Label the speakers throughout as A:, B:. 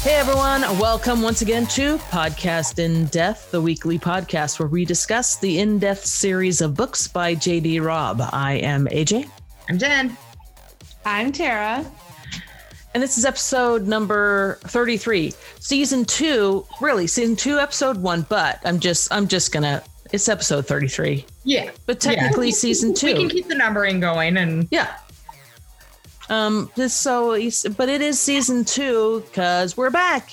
A: Hey everyone, welcome once again to Podcast in Depth, the weekly podcast where we discuss the in depth series of books by JD Robb. I am AJ.
B: I'm Jen.
C: I'm Tara.
A: And this is episode number 33, season two, really season two, episode one, but I'm just, I'm just gonna, it's episode 33,
B: Yeah.
A: but technically season two.
B: We can keep the numbering going and
A: Yeah. Um. This so, it's- but it is season two because we're back.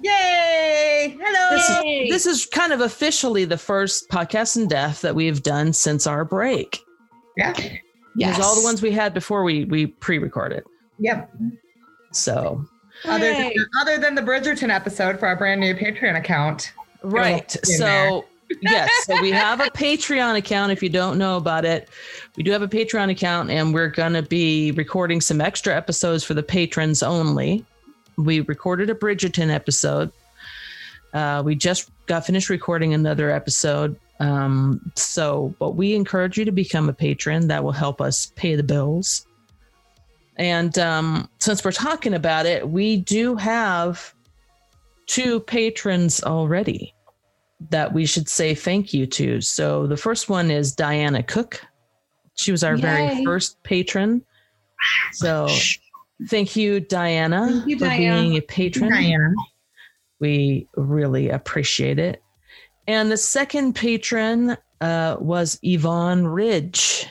B: yay! Hello.
A: This
C: Yay.
A: is, this is kind of officially the first podcast in death that we've done since our break.
B: yeah.
A: Because all the ones we had before we we pre-recorded.
B: Yep.
A: So
B: Other than,
C: Hooray.
B: other than the Bridgerton episode for our brand new Patreon account.
A: right.
B: in
A: So yes. So we have a Patreon account. If you don't know about it, we do have a Patreon account, and we're gonna be recording some extra episodes for the patrons only. We recorded a Bridgerton episode. Uh, we just got finished recording another episode. Um, so, but we encourage you to become a patron. That will help us pay the bills. And um, since we're talking about it, we do have two patrons already that we should say thank you to. So the first one is Diana Cook. She was our very
C: Yay.
A: first patron. So thank you, Diana,
C: Thank you,
A: for
C: Diana.
A: being a patron.
B: Diana.
A: We really appreciate it. And the second patron uh, was Yvonne Ridge,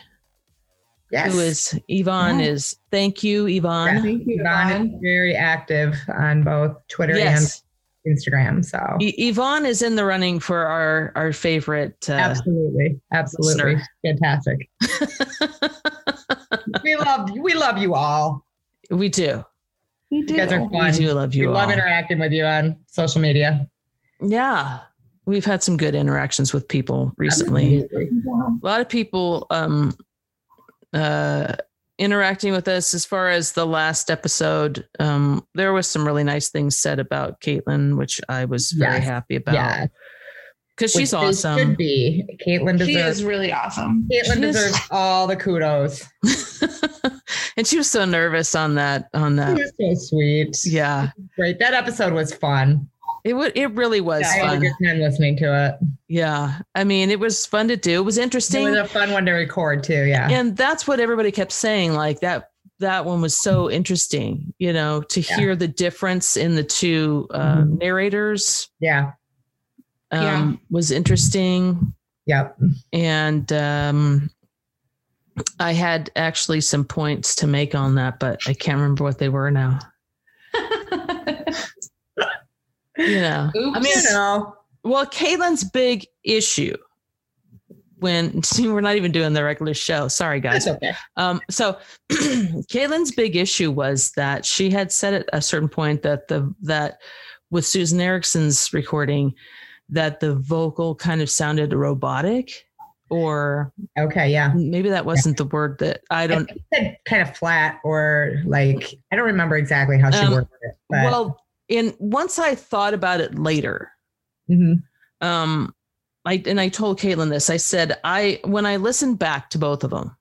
B: Yes.
A: who is Yvonne
C: Yeah.
A: is thank you, Yvonne.
C: Thank you,
B: Yvonne is
C: Yvonne.
B: very active on both Twitter
A: Yes,
B: and Instagram. So
A: Y- Yvonne is in the running for our our favorite. Uh,
B: absolutely. Absolutely.
A: listener.
B: Fantastic. we love we love you all.
A: we do,
C: You do.
B: You guys are
A: we
B: fun.
A: do love you.
B: we love
A: all.
B: interacting with you on social media.
A: yeah, we've had some good interactions with people recently.
B: Absolutely.
A: a lot of people um uh interacting with us as far as the last episode um there was some really nice things said about caitlin which i was very
B: Yes.
A: happy about
B: Yeah.
A: because she's
B: Which they
A: awesome
B: Should be. Caitlin
C: She
B: deserves.
C: is really awesome.
B: Caitlin
A: She is-
B: deserves all the kudos.
A: and she was so nervous on that on that
B: She is so sweet.
A: yeah
B: Great. That episode was fun.
A: it would it really was
B: Yeah, I had a
A: fun
B: good time listening to it.
A: yeah i mean it was fun to do it was
B: It
A: interesting
B: was a fun one to record too. Yeah.
A: and that's what everybody kept saying like that that one was so interesting you know to
B: Yeah.
A: hear the difference in the two uh,
B: Mhm.
A: narrators
B: Yeah.
A: um,
C: Yeah.
A: was interesting.
B: Yep.
A: And um, I had actually some points to make on that, but I can't remember what they were now. You know,
C: Oops.
A: I mean,
B: you know.
A: well, Caitlin's big issue when see, we're not even doing the regular show. Sorry, guys.
B: That's okay.
A: Um, so Caitlin's big issue was that she had said at a certain point that the that with Susan Erickson's recording that the vocal kind of sounded robotic or
B: Okay. Yeah.
A: maybe that wasn't the word that I
B: I
A: don't
B: think it said kind of flat or like I don't remember exactly how she
A: Um,
B: worked it. But,
A: well in once I thought about it later
B: Mhm.
A: um i and i told caitlin this i said i when i listened back to both of them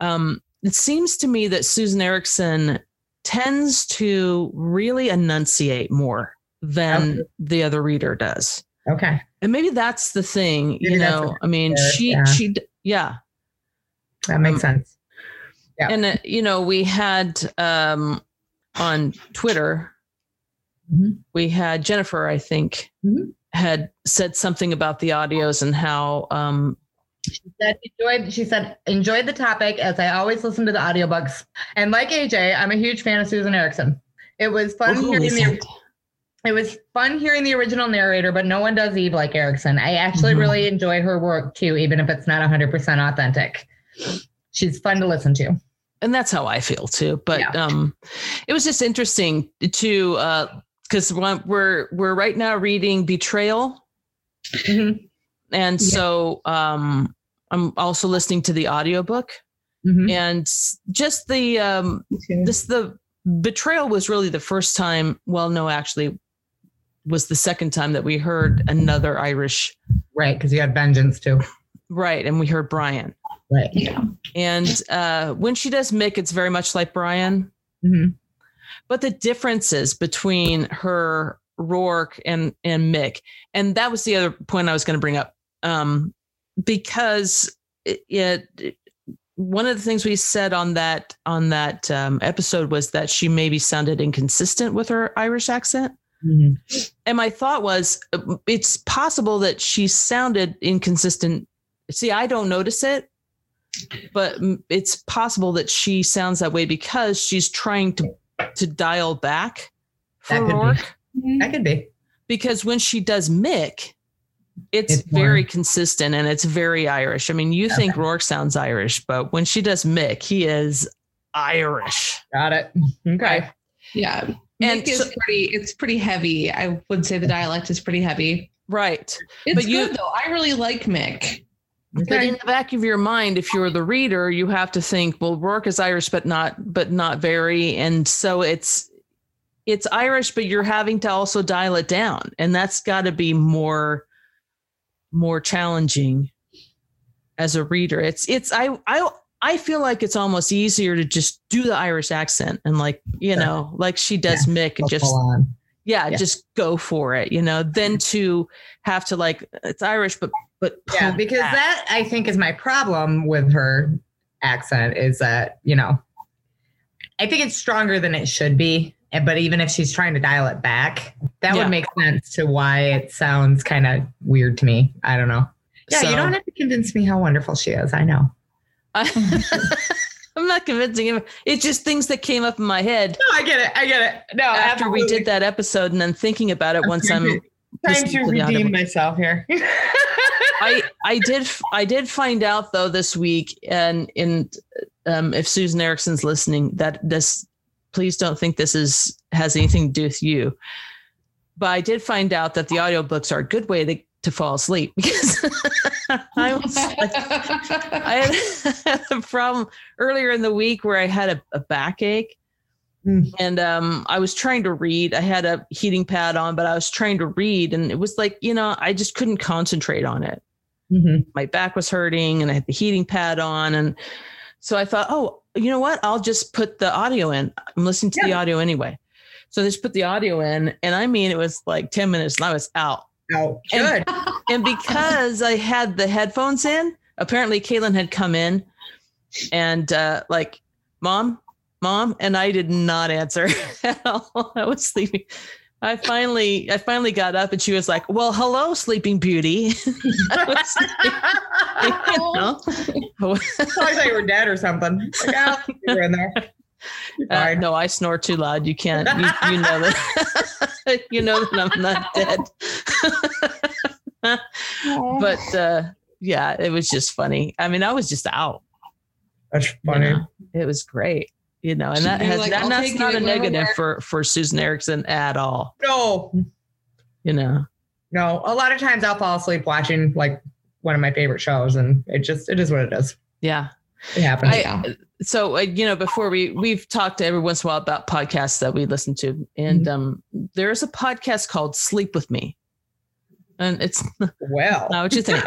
A: um it seems to me that susan erickson tends to really enunciate more than
B: Okay.
A: the other reader does
B: okay.
A: and maybe that's the thing you
B: Maybe that's
A: know
B: what
A: i mean
B: it is,
A: she
B: yeah.
A: she d- yeah
B: That makes
A: Um,
B: sense. Yeah.
A: and uh, you know we had um on twitter
B: Mhm.
A: we had jennifer i think
B: Mhm.
A: had said something about the audios and how um
B: That enjoyed, she said, enjoyed the topic as I always listen to the audiobooks. And like AJ, I'm a huge fan of Susan Erickson. It was fun
A: Well, who
B: hearing
A: isn't?
B: the, it was fun hearing the original narrator, but no one does Eve like Erickson. I actually
A: Mhm.
B: really enjoy her work too, even if it's not 100% authentic. She's fun to listen to.
A: and that's how I feel too. But
B: Yeah.
A: um, it was just interesting to because we're we're right now reading Betrayal,
B: Mhm.
A: and
B: Yeah.
A: so um, I'm also listening to the audiobook
B: Mhm.
A: and s- just the um, this the Betrayal was really the first time. Well, no, actually, was the second time that we heard another Irish
B: Right. Because you had vengeance too.
A: right, and we heard Brian.
B: Right.
C: Yeah.
A: And uh, when she does Mick, it's very much like Brian.
B: hmm
A: but the differences between her Rourke and and Mick, and that was the other point I was going to bring up, um, because it, it one of the things we said on that on that um, episode was that she maybe sounded inconsistent with her Irish accent.
B: Mhm.
A: And my thought was, uh, it's possible that she sounded inconsistent. See, I don't notice it, but mm, it's possible that she sounds that way because she's trying to to dial back for
B: That could be.
A: Rourke.
B: That could be.
A: Because when she does Mick, it's,
B: It's more-
A: very consistent and it's very Irish. I mean, you think Rourke sounds Irish, but when she does Mick, he is Irish.
B: Got it. Okay.
C: Yeah.
A: And
C: Mick is
A: so-
C: pretty, it's pretty heavy. I would say the dialect is pretty heavy.
A: Right.
C: It's
A: But you-
C: good though. I really like Mick.
A: But
B: Okay.
A: in the back of your mind, if you're the reader, you have to think, well, Rourke is Irish, but not, but not very, and so it's, it's Irish, but you're having to also dial it down, and that's got to be more, more challenging as a reader. It's, it's, I, I, I feel like it's almost easier to just do the Irish accent and like, you
B: Sure.
A: know, like she does Mick and
B: Go
A: just
B: full on.
A: yeah,
B: Yeah.
A: just go for it, you know, then to have to like it's Irish, but but pull
B: Yeah, because
A: back.
B: that I think is my problem with her accent is that, you know, I think it's stronger than it should be. and- But even if she's trying to dial it back, that
A: Yeah.
B: would make sense to why it sounds kind of weird to me. I don't know. Yeah,
A: So-
B: you don't have to convince me how wonderful she is. I know.
A: I, am not convincing him. It's just things that came up in my head
B: No, I get it. I get it. No,
A: after we did that episode, and then thinking about it once I'm
B: trying
A: listening
B: to
A: to the audible.
B: redeem myself here.
A: I I did I did find out though this week, and in um, if Susan Erickson's listening, that this please don't think this is has anything to do with you. But I did find out that the audiobooks are a good way to, to fall asleep because I was like, I had a problem earlier in the week where I had a, a backache.
B: Mm.
A: And um, I was trying to read. I had a heating pad on, but I was trying to read, and it was like, you know, I just couldn't concentrate on it
B: Mhm.
A: my back was hurting and I had the heating pad on. And so I thought, oh, you know what? I'll just put the audio in. I'm listening to the audio anyway. So I just put the audio in. And I mean, it was like 10 minutes and I was out.
B: Oh,
A: And-
B: good.
A: And because I had the headphones in, apparently Caitlin had come in and uh, like, mom, mom. And I did not answer at all. I was sleeping. I finally, I finally got up and she was like, well, hello, sleeping beauty. I was like, you know? uh,
B: So I thought you were dead or something. Like, oh, you were in there. You're
A: Uh,
B: fine.
A: no, I snore too loud. You can't. You, you know that. you know that I'm not dead. but uh, yeah, it was just funny. I mean, I was just out.
B: That's
A: you
B: funny.
A: know? It was great. You know, and that
C: You're
A: has
C: like,
A: that,
C: "I'll
A: that's
C: take
A: not
C: it
A: a
C: wherever
A: negative
C: we're-"
A: for for Susan Erickson at all.
B: No,
A: You know,
B: no. A lot of times I'll fall asleep watching like one of my favorite shows, and it just it is what it is.
A: yeah.
B: It happens.
A: I- so uh, you know before we we've talked every once in a while about podcasts that we listen to and um there's a podcast called sleep with me and it's
B: well,
A: not what you think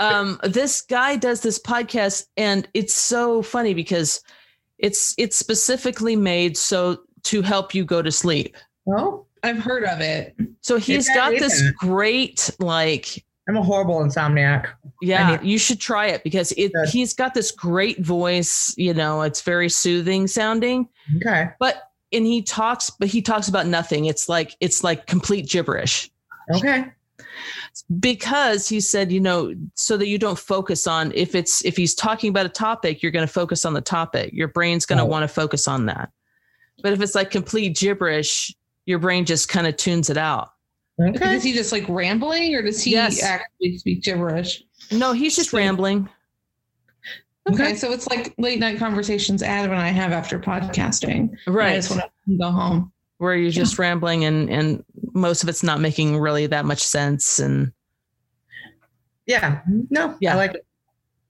A: um, this guy does this podcast and it's so funny because it's it's specifically made so to help you go to sleep
B: well,
C: I've heard of it.
A: so he's
B: that
A: got
B: is
A: this
B: it.
A: great like
B: I'm a horrible insomniac.
A: yeah
B: need-
A: you should try it because it
B: Good.
A: he's got this great voice you know it's very soothing sounding
B: Okay,
A: and he talks but he talks about nothing it's like it's like complete gibberish
B: okay.
A: because he said you know so that you don't focus on if it's if he's talking about a topic you're going to focus on the topic your brain's going to
B: Right.
A: want to focus on that but if it's like complete gibberish your brain just kind of tunes it out
B: Okay.
C: Is he just like rambling or does he
A: Yes.
C: actually speak gibberish?
A: no he's just
C: So-
A: rambling
C: Okay, so it's like late night conversations Adam and I have after podcasting. I
A: right
C: just want to go home.
A: where you're just rambling and and most of it's not making really that much sense and
B: Yeah. No.
A: Yeah.
B: I like it.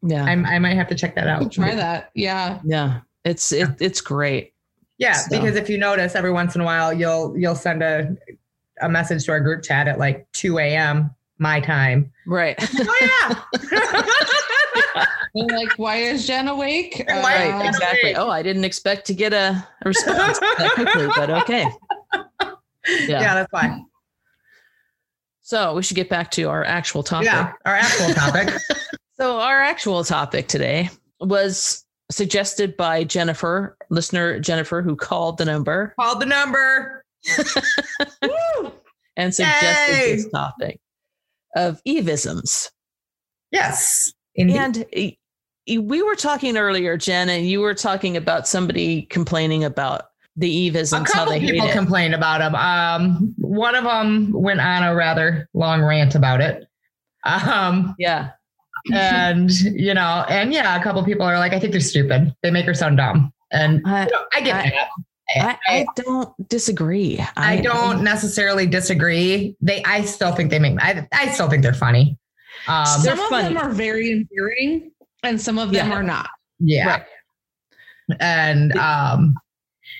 A: yeah
B: I'm, I might have to check that
C: I'll
B: out.
C: try that. Yeah.
A: yeah it's it, it's great
B: Yeah,
A: So-
B: because if you notice, every once in a while, you'll you'll send a a message to our group chat at like 2 a.m. my time.
A: right
B: oh yeah.
C: They're like, why is Jen awake?
B: Why is
A: Right,
B: Jen
C: Uh,
A: exactly. Oh, I didn't expect to get a a response that quickly, but okay.
B: Yeah,
A: Yeah.
B: that's fine.
A: So we should get back to our actual topic.
B: Yeah, our actual topic.
A: So our actual topic today was suggested by Jennifer, listener Jennifer, who called the number
B: Called the number.
A: and suggested
B: Yay!
A: this topic of evisms.
B: Yes. Indeed.
A: And e- e- we were talking earlier, Jen, and you were talking about somebody complaining about the
B: a
A: evisms, how
B: couple
A: they hate
B: people
A: it.
B: complained about them. Um, one of them went on a rather long rant about it. Um,
A: yeah,
B: and you know, and yeah, a couple people are like, I think they're stupid. They make her sound dumb, and
A: I,
B: you know, I get that.
A: I, I don't disagree.
B: I don't necessarily disagree. They, I still think they make. I, I still think they're funny. Um,
A: They're
C: some of
A: funny.
C: them are very endearing and some of them
A: Yeah.
C: are not.
B: yeah. And um,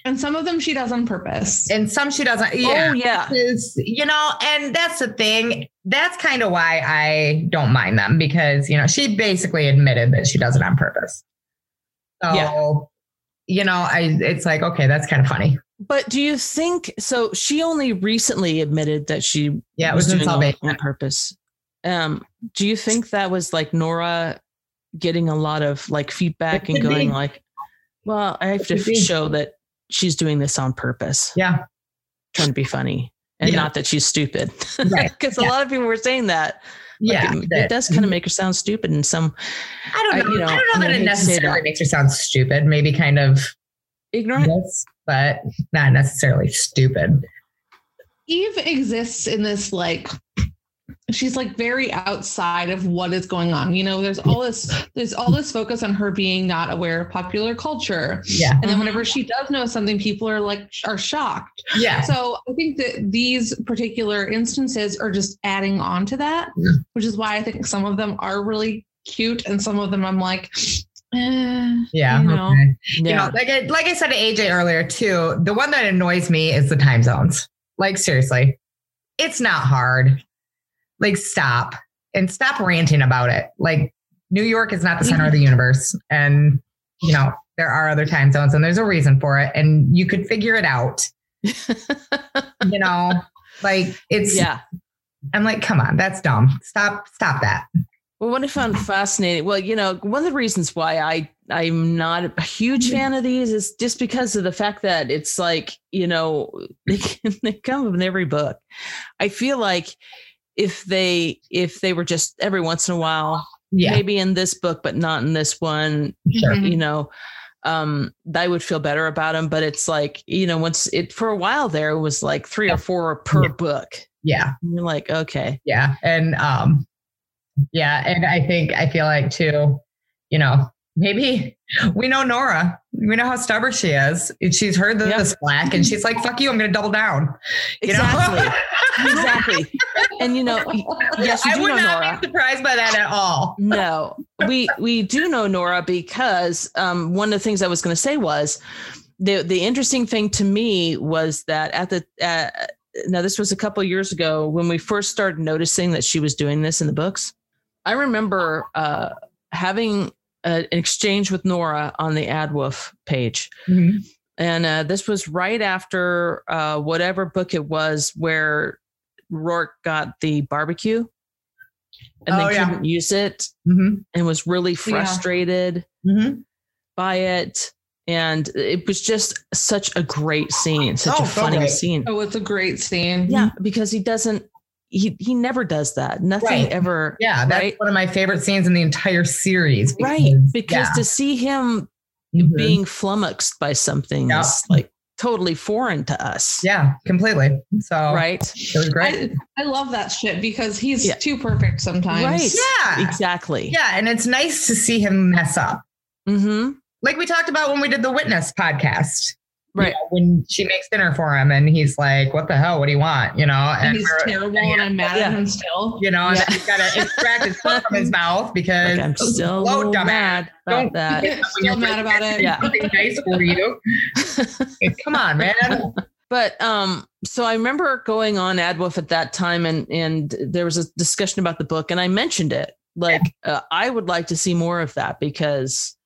C: And some of them she does on purpose.
B: and some she doesn't. Yeah.
A: Oh yeah,
B: is, you know, and that's the thing. That's kind of why I don't mind them because, you know, she basically admitted that she does it on purpose. So, you know, I it's like, okay, that's kind of funny.
A: but do you think so? She only recently admitted that she
B: Yeah, it was in
A: doing all
B: Salvation.
A: on purpose. Um, do you think that was like Nora getting a lot of like feedback
B: It
A: and
B: could
A: going
B: be.
A: like, "Well, I have to
B: could be.
A: show that she's doing this on purpose,
B: Yeah.
A: trying to be funny, and
B: Yeah.
A: not that she's stupid."
B: Right.
A: Because a
B: Yeah.
A: lot of people were saying that. Like,
B: Yeah.
A: it,
B: that- Mhm.
A: it does kind of make her sound stupid in some
B: I don't
A: I-
B: know. I,
A: you know,
B: don't
A: I
B: know that
A: mean,
B: it
A: I hate to say
B: necessarily
A: that.
B: makes her sound stupid, maybe kind of
A: ignorant.
B: yes, but not necessarily stupid.
C: Eve exists in this like she's like very outside of what is going on. You know, there's all this there's all this focus on her being not aware of popular culture.
B: Yeah.
C: And
A: Mm-hmm.
C: then whenever she does know something, people are like are shocked.
B: Yeah.
C: So I think that these particular instances are just adding on to that,
B: Yeah.
C: which is why I think some of them are really cute and some of them I'm like, eh.
B: Yeah.
C: You know.
B: okay. You
A: Yeah.
B: know, like I, like I said to AJ earlier too, the one that annoys me is the time zones. Like seriously, it's not hard. Like stop and stop ranting about it. Like New York is not the center of
A: Mm-hmm.
B: the universe, and you know there are other time zones, and there's a reason for it, and you could figure it out. you know, like it's.
A: yeah.
B: I'm like, come on, that's dumb. Stop, stop that.
A: Well, what I found fascinating, well, you know, one of the reasons why I I'm not a huge fan of these is just because of the fact that it's like you know they, can, they come up in every book. I feel like if they if they were just every once in a while,
B: Yeah, Mm-hmm.
A: maybe in this book but not in this one,
B: sure.
C: Mhm.
A: you know, um, I would feel better about them. But it's like you know, once it for a while there it was like three or four per
B: Yeah.
A: book.
B: Yeah.
A: And you're like, okay,
B: yeah and um yeah and i think i feel like too you know maybe we know nora we know how stubborn she is she's heard the,
A: Yeah.
B: the slack and she's like fuck you i'm gonna double down you
A: exactly,
B: know
A: exactly, and you know. Yes, you
B: i
A: do
B: would
A: know
B: not
A: Nora.
B: be surprised by that at all
A: no we we do know nora because um, one of the things i was going to say was the the interesting thing to me was that at the uh, now this was a couple years ago when we first started noticing that she was doing this in the books i remember uh, having a, an exchange with nora on the adwoof page and uh, this was right after uh, whatever book it was where Rourke got the barbecue and
B: Oh,
A: they
B: yeah.
A: couldn't use it
B: hmm
A: and was really frustrated
B: hmm
A: Mm-hmm. by it. And it was just such a great scene, such
B: Oh,
A: a
B: so
A: funny
B: great.
A: scene.
C: Oh, it's a great scene.
A: Yeah, because he doesn't, he, he never does that. Nothing
B: Right.
A: ever.
B: yeah that's
A: Right.
B: one of my favorite scenes in the entire series
A: Right. Because
B: yeah.
A: to see him
B: Mhm.
A: being flummoxed by something
B: Yeah.
A: is like totally foreign to us.
B: yeah Oh, completely so
A: Right.
B: it was great
C: I, I love that shit because he's
A: Yeah.
C: too perfect sometimes.
A: Right.
B: yeah
A: Exactly.
B: yeah and it's nice to see him mess up
A: Mm-hmm.
B: like we talked about when we did the witness podcast you
A: Right.
B: know, when she makes dinner for him and he's like what the hell what do you want you know
C: And
B: and
C: he's
B: we're-
C: terrible and I'm mad at
A: Yeah.
C: him still.
B: you know and
A: Yeah.
B: then he's got to extract his foot from his mouth because
A: Like, I'm still
B: slow, dumbass.
A: mad about
B: Don't-
A: that.
C: still mad about it.
A: Yeah.
B: something nice for you come on man
A: But um, so I remember going on AdWolf at that time, and and there was a discussion about the book, and I mentioned it Like uh, I would like to see more of that because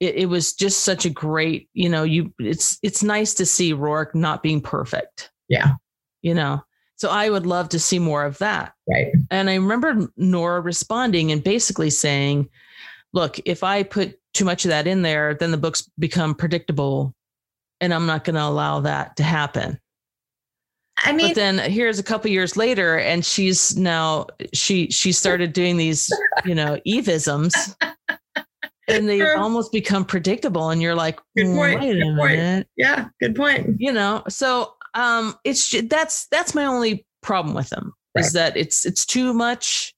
A: it, it was just such a great, you know, you it's it's nice to see Rourke not being perfect.
B: Yeah.
A: You know. So I would love to see more of that.
B: Right.
A: And I remember Nora responding and basically saying, look, if I put too much of that in there, then the books become predictable and I'm not going to allow that to happen.
B: I mean,
A: but then here's a couple years later and she's now she she started doing these, you know, evisms and they
B: Sure.
A: almost become predictable and you're like,
B: Good
A: "Mm,
B: point,
A: wait a
B: good point."
A: minute.
B: yeah, good point.
A: You know, so um it's ju- that's that's my only problem with them is
B: Right. Mm-hmm.
A: that it's it's too much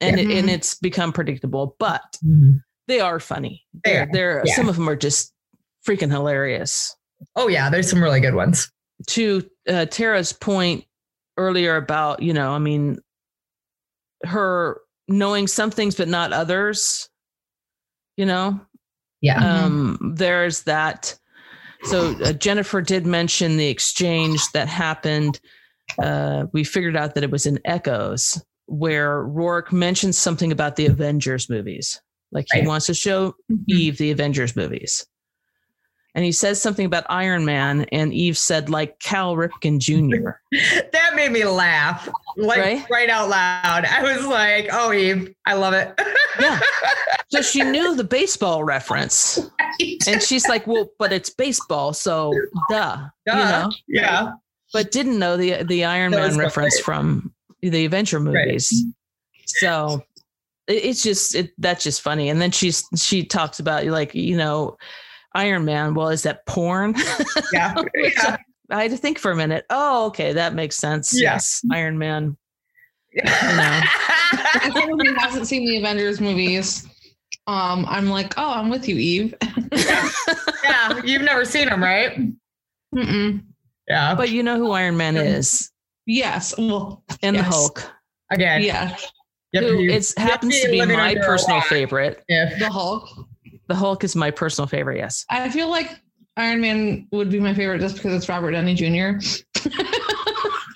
A: and
C: Yeah.
A: it, and it's become predictable, but they are funny.
B: They
A: They're,
B: are,
A: they're
B: yeah.
A: some of them are just freaking hilarious.
B: Oh yeah, there's some really good ones.
A: To uh, Tara's point earlier about you know, I mean, her knowing some things but not others. You know,
B: Yeah.
C: Mhm.
A: um, there's that. So uh, Jennifer did mention the exchange that happened. Uh, we figured out that it was in Echoes, where Rourke mentions something about the Avengers movies. Like he
B: Right.
A: wants to show Eve the Avengers movies. And he says something about Iron Man, and Eve said, like Cal Ripken Jr.
B: that made me laugh. Like
A: Right?
B: right? out loud. I was like, oh Eve, I love it.
A: Yeah. So she knew the baseball reference. And she's like, well, but it's baseball, so duh. You
B: Duh.
A: know?
B: yeah.
A: But didn't know the the Iron
B: That was
A: Man
B: my
A: reference
B: favorite.
A: from the Avenger
B: Right.
A: movies. So it, it's just it, that's just funny. And then she's she talks about like, you know, Iron Man, well, is that porn?
B: Yeah. yeah.
A: I had to think for a minute. Oh, okay, that makes sense.
B: Yeah.
A: Yes, Iron Man.
C: Anyone who hasn't seen the Avengers movies, um, I'm like, oh, I'm with you, Eve.
B: yeah. You've never seen them, right?
C: Mm-mm.
B: Yeah.
A: But you know who Iron Man is,
C: Yes. Well,
A: and the
C: Yes.
A: Hulk,
B: Again.
C: yeah,
B: you have to
A: who
B: be-
A: it's happens to be
B: living
A: my
B: under a
A: personal
B: rock.
A: favorite.
B: if-
C: the Hulk.
A: The Hulk is my personal favorite. Yes,
C: I feel like Iron Man would be my favorite just because it's Robert Downey Jr.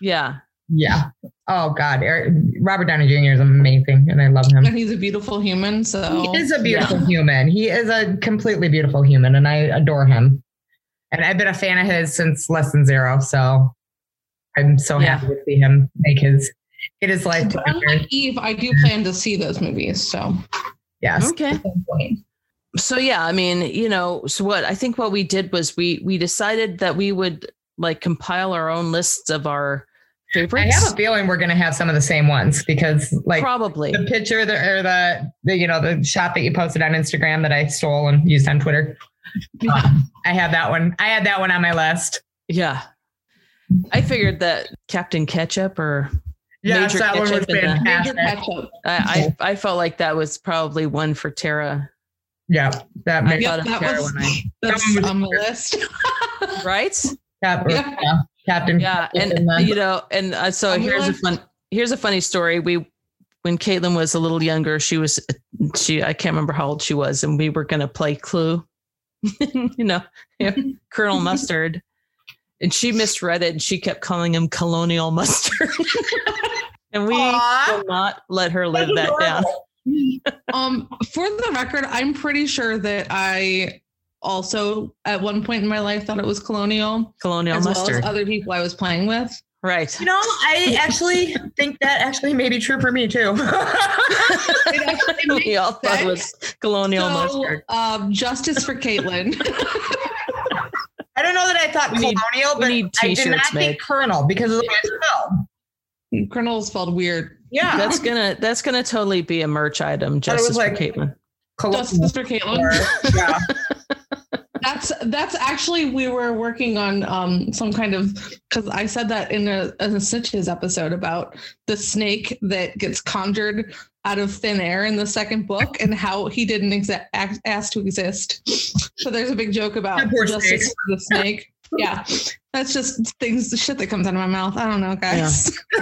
A: yeah,
B: yeah. Oh God. Eric- Robert Downey Jr. is amazing and I love him.
A: Mm-hmm.
C: and he's a beautiful human.
A: Oh,
C: So
B: He is a beautiful human. He is a completely beautiful human, and I adore him. And I've been a fan of his since Lesson Zero, so I'm so
A: Yeah.
B: happy to see him make his get his life
C: But
B: together.
C: unlike Eve, I do plan to see those movies. So
B: Yes,
A: okay. So yeah, I mean, you know, so what I think what we did was we we decided that we would like compile our own lists of our
B: I
A: favorites.
B: have a feeling we're going to have some of the same ones because, like,
A: Probably,
B: the picture the, or the the you know the shot that you posted on Instagram that I stole and used on Twitter. Um, I had that one. I had that one on my list.
A: yeah. I figured that Captain Ketchup or
B: Yes,
A: Major
B: that one was
A: ketchup in the-
C: Major
B: fantastic.
C: catch-up.
A: I, I I felt like that was probably one for Tara.
B: Yeah, that
A: I
B: made
A: thought of
C: Yep, that
A: Tara
C: was-
A: when I
C: That's
B: That one was-
C: on the list.
A: right.
B: that or-
C: Yeah.
B: yeah,
C: Mm-hmm.
B: Captain.
A: yeah
B: Captain
A: and
B: the-
A: you know and uh, so
C: I'm
A: here's a
C: like-
A: fun here's a funny story we when caitlin was a little younger she was she i can't remember how old she was and we were going to play clue you know yeah, colonel mustard and she misread it and she kept calling him colonial mustard and we
B: Aw.
A: will not let her live that down
C: um, for the record, I'm pretty sure that I also at one point in my life thought it was colonial,
A: colonial
C: as well
A: mustard
C: as other people I was playing with.
A: right
B: You know, I actually think that actually may be true for me too.
C: It actually
A: we all thought it was colonial
C: so,
A: mustard
C: um, justice for Caitlin.
B: I don't know that I thought
A: We need-
B: colonial,
A: we
B: but
A: need
B: I did not
A: t-shirts made
B: think colonel because of the way it's spelled.
C: Colonel is spelled weird.
B: Yeah,
A: that's gonna that's gonna totally be a merch item
B: Thought it was
A: justice
B: like-
A: for caitlin Oh.
C: Justice for Caitlin.
B: yeah.
C: That's that's actually we were working on um some kind of because I said that in a, in a Stitches episode about the snake that gets conjured out of thin air in the second book and how he didn't exa- act, ask to exist. So there's a big joke about
B: That poor
C: justice
B: snake.
C: for the snake. Yeah, that's just things the shit that comes out of my mouth. I don't know, guys.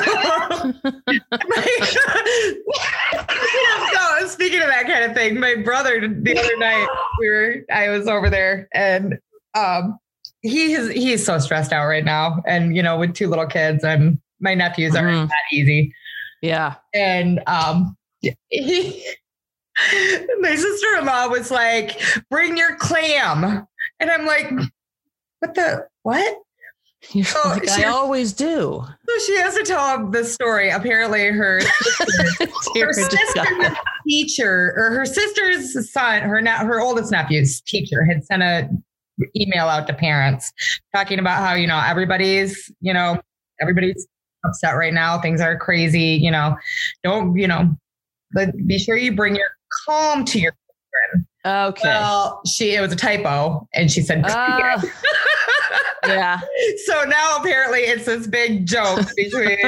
B: so speaking of that kind of thing, my brother the other night we were I was over there and um he is he's so stressed out right now. And you know, with
A: Mm-hmm.
B: two little kids and my nephews are
A: Mhm.
B: not easy.
A: yeah
B: and um he, my sister in law was like, "Bring your clam," and I'm like, "What the what?"
A: You're
B: Oh,
A: like, I
B: sure.
A: always do.
B: So she has to tell him the story. Apparently, her her sister's teacher or her sister's son, her not her oldest nephew's teacher, had sent a email out to parents talking about how you know everybody's you know everybody's upset right now. Things are crazy. You know, don't you know? But be sure you bring your calm to your.
A: okay.
B: Well, she it was a typo, and she said.
A: Uh, yeah.
B: so now apparently it's this big joke between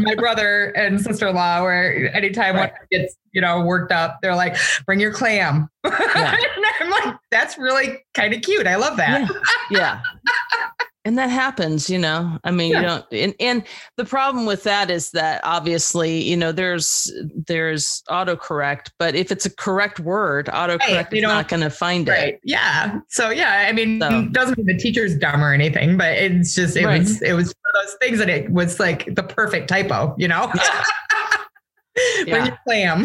B: my brother and sister-in-law where anytime one gets you know worked up they're like bring your clam
A: Yeah.
B: And i'm like that's really kind of cute i love that
A: Yeah. Yeah. And that happens, you know. I mean,
B: Yeah.
A: you don't and, and the problem with that is that obviously, you know, there's there's autocorrect, but if it's a correct word, autocorrect
B: you
A: is not
B: don't-
A: gonna find it.
B: Right. Yeah. So yeah, I mean,
A: So-
B: doesn't mean the teacher's dumb or anything, but it's just it
A: Right.
B: was it was one of those things that it was like the perfect typo, you know. Bring
A: Yeah.
B: your clam.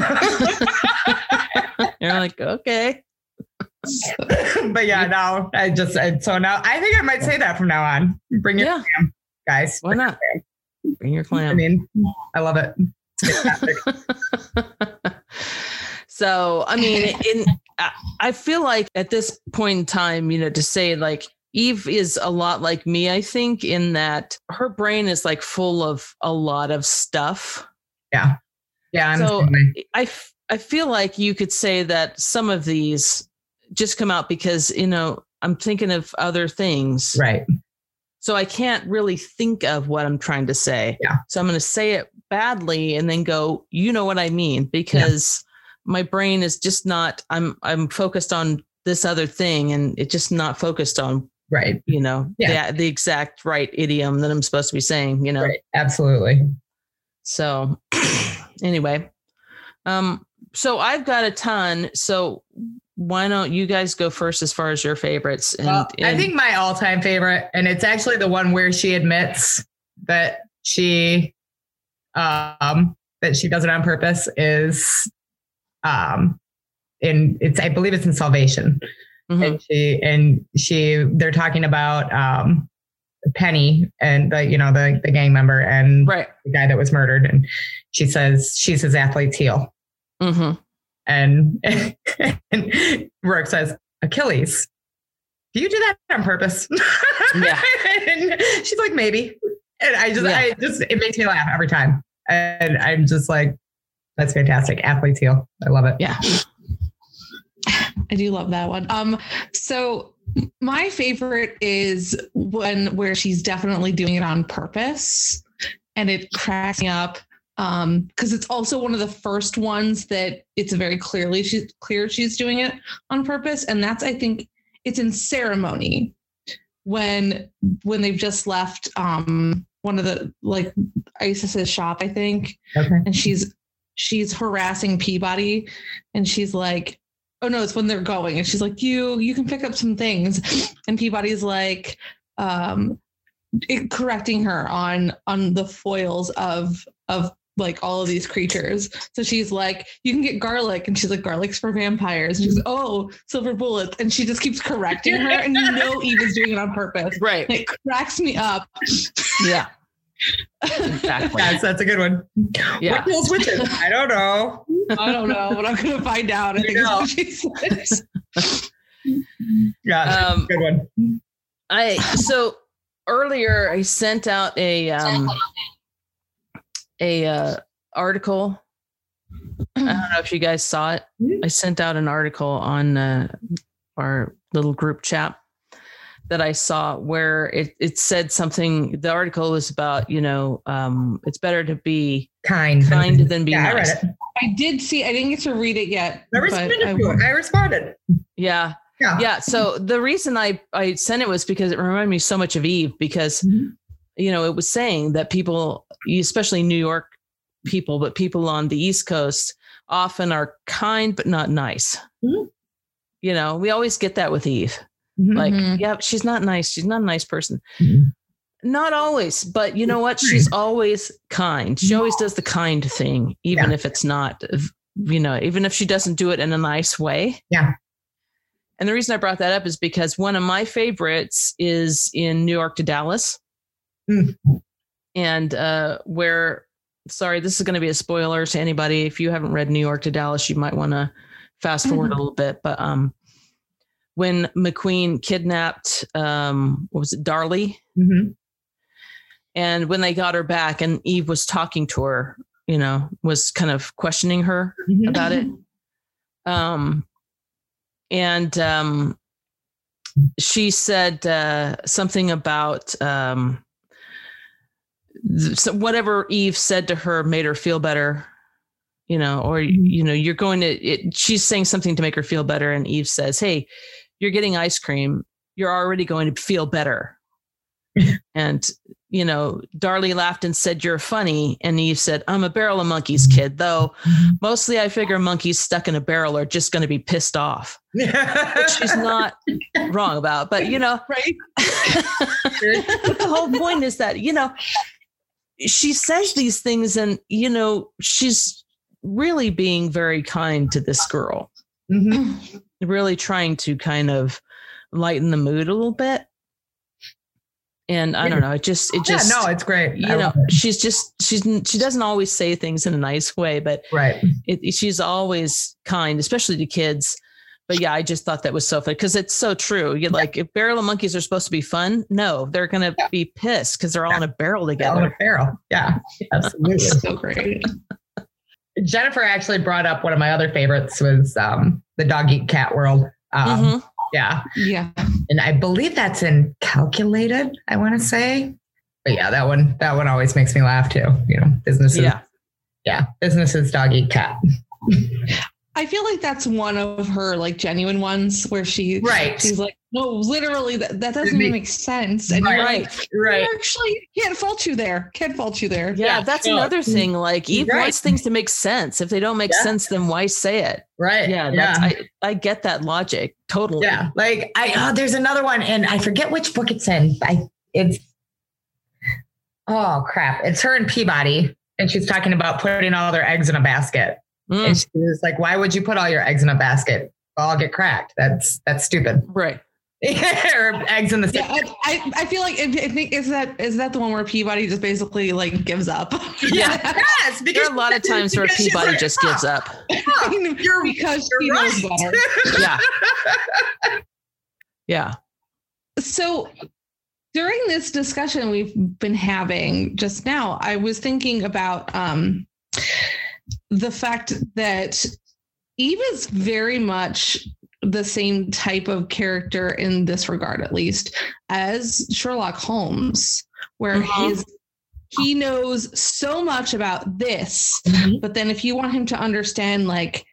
A: You're like, okay.
B: but yeah, now I just I, so now I think I might say that from now on. Bring your
A: Yeah,
B: guys.
A: why not? Bring your
B: I
A: clam.
B: mean, I love it. Fantastic.
A: so i mean in I- i feel like at this point in time you know to say like eve is a lot like me i think in that her brain is like full of a lot of stuff
B: yeah, I'm
A: So- i f- I feel like you could say that some of these just come out because you know i'm thinking of other things
B: right.
A: so i can't really think of what i'm trying to say
B: Yeah.
A: so i'm going to say it badly and then go you know what i mean because my brain is just not i'm i'm focused on this other thing and it's just not focused on
B: Right.
A: you know
B: Yeah.
A: the, the exact right idiom that i'm supposed to be saying you know
B: Right. Absolutely.
A: so anyway um so i've got a ton so why don't you guys go first as far as your favorites and,
B: Well, I
A: and-
B: think my all-time favorite, and it's actually the one where she admits that she um that she does it on purpose is um in it's I believe it's in Salvation.
A: Mhm.
B: and she and she they're talking about um penny and the you know the the gang member and
A: right
B: the guy that was murdered and she says she's his athlete's heel
A: hmm
B: and and rourke says achilles do you do that on purpose
A: Yeah.
B: and she's like maybe and i just
A: Yeah.
B: i just it makes me laugh every time and i'm just like that's fantastic athlete's heel i love it
A: yeah
C: I do love that one. Um, so my favorite is one where she's definitely doing it on purpose, and it cracks me up um because it's also one of the first ones that it's very clearly she's clear she's doing it on purpose, and that's I think it's in ceremony when when they've just left um one of the like Isis's shop I think,
B: okay
C: and she's she's harassing Peabody and she's like oh no it's when they're going and she's like you you can pick up some things and Peabody's like um it- correcting her on on the foils of of like all of these creatures so she's like you can get garlic and she's like garlic's for vampires and she's oh silver bullets and she just keeps correcting her and you know Eve is doing it on purpose
A: right
C: and it cracks me up
A: yeah exactly
B: yes that's a good one
A: Yeah.
B: what kills witches i don't know
C: I don't know, but I'm gonna find out. I think
B: No.
C: that's what she says.
B: Yeah,
A: Um,
B: good one.
A: I so earlier I sent out a um a uh, article. I don't know if you guys saw it. I sent out an article on uh, our little group chat that I saw where it it said something. The article was about you know um, it's better to be
B: Kind.
A: kind than be
B: yeah, I read
A: nice.
B: it.
C: I did see. I didn't get to read it yet.
B: I
C: but
B: responded. to
C: I will.
B: it. I responded.
A: Yeah.
B: Yeah.
A: Yeah. So the reason I, I sent it was because it reminded me so much of Eve because,
B: Mhm.
A: you know, it was saying that people, especially New York people, but people on the East Coast often are kind, but not nice.
B: Mhm.
A: You know, we always get that with Eve.
B: Mm-hmm.
A: Like,
C: Mhm.
A: yeah, she's not nice. She's not a nice person.
B: Mhm.
A: Not always, but you know what? She's always kind. She always does the kind thing, even if it's not v- you know, even if she doesn't do it in a nice way.
B: Yeah.
A: And the reason I brought that up is because one of my favorites is in New York to Dallas.
B: Mm.
A: And uh, where, sorry, this is going to be a spoiler to anybody. If you haven't read New York to Dallas, you might want to fast forward a
B: Mm-hmm.
A: little bit. But um, when McQueen kidnapped, um, what was it, Darlie?
B: Mhm.
A: And when they got her back and Eve was talking to her, you know, was kind of questioning her
B: Mhm.
A: about it. Um, and um, she said uh, something about um, th- so whatever Eve said to her made her feel better, you know, or, you know, you're going to, it, she's saying something to make her feel better. And Eve says, Hey, you're getting ice cream. You're already going to feel better. and, you know, Darlie laughed and said, You're funny. And Eve said, I'm a barrel of monkeys kid, though
B: Mm-hmm.
A: mostly I figure monkeys stuck in a barrel are just going to be pissed off, which she's not wrong about. But you know,
C: Right.
A: the whole point is that you know she says these things, and you know she's really being very kind to this girl,
B: Mhm.
A: really trying to kind of lighten the mood a little bit. And I don't know, it just it just
B: yeah, no, it's great.
A: you
B: I
A: know
B: love it.
A: she's just she's she doesn't always say things in a nice way, but
B: right.
A: it, she's always kind, especially to kids. But yeah, I just thought that was so funny because it's so true. You're like, if barrel of monkeys are supposed to be fun, no, they're gonna
B: Yeah.
A: be pissed because they're all in a barrel
B: Yeah, on a
A: together.
B: barrel. Yeah, absolutely.
C: So great.
B: Jennifer actually brought up one of my other favorites was um, the dog eat cat world. Um,
A: Mhm.
B: Yeah,
C: Yeah.
B: and I believe that's in calculated. I want to say, but yeah, that one that one always makes me laugh too. You know, businesses.
A: Yeah,
B: yeah, businesses dog eat cat.
C: I feel like that's one of her like genuine ones where she
B: Right.
C: she's like, no, literally that, that doesn't
B: Make-
C: make sense. And
A: right.
C: you're like,
B: Right.
C: actually can't fault you there. Can't fault you there.
A: Yeah,
B: Yeah,
A: that's
B: no.
A: another thing. Like Eve
B: Right.
A: wants things to make sense. If they don't make
B: Yeah.
A: sense, then why say it?
B: Right.
A: Yeah,
B: Yeah.
A: that's, I I get that logic totally.
B: yeah. Like I oh, there's another one, and I forget which book it's in. I it's oh crap. It's her and Peabody, and she's talking about putting all their eggs in a basket.
A: Mm,
B: And she was like, "Why would you put all your eggs in a basket? They'll all get cracked. That's that's stupid."
A: right.
B: or eggs in the
C: Yeah, I, I, I feel like I think is that is that the one where Peabody just basically like gives up.
A: Yeah.
B: yes,
A: There are a lot of times where
B: because she's
A: Peabody
B: like, "Oh,
A: just gives up.
B: You're-
C: because
B: "You're
C: she knows
B: right."
C: better.
A: Yeah, yeah.
C: So during this discussion we've been having just now, I was thinking about um, the fact that Eve is very much the same type of character in this regard, at least, as Sherlock Holmes, where
A: Mhm.
C: his he knows so much about this,
B: Mhm.
C: but then if you want him to understand, like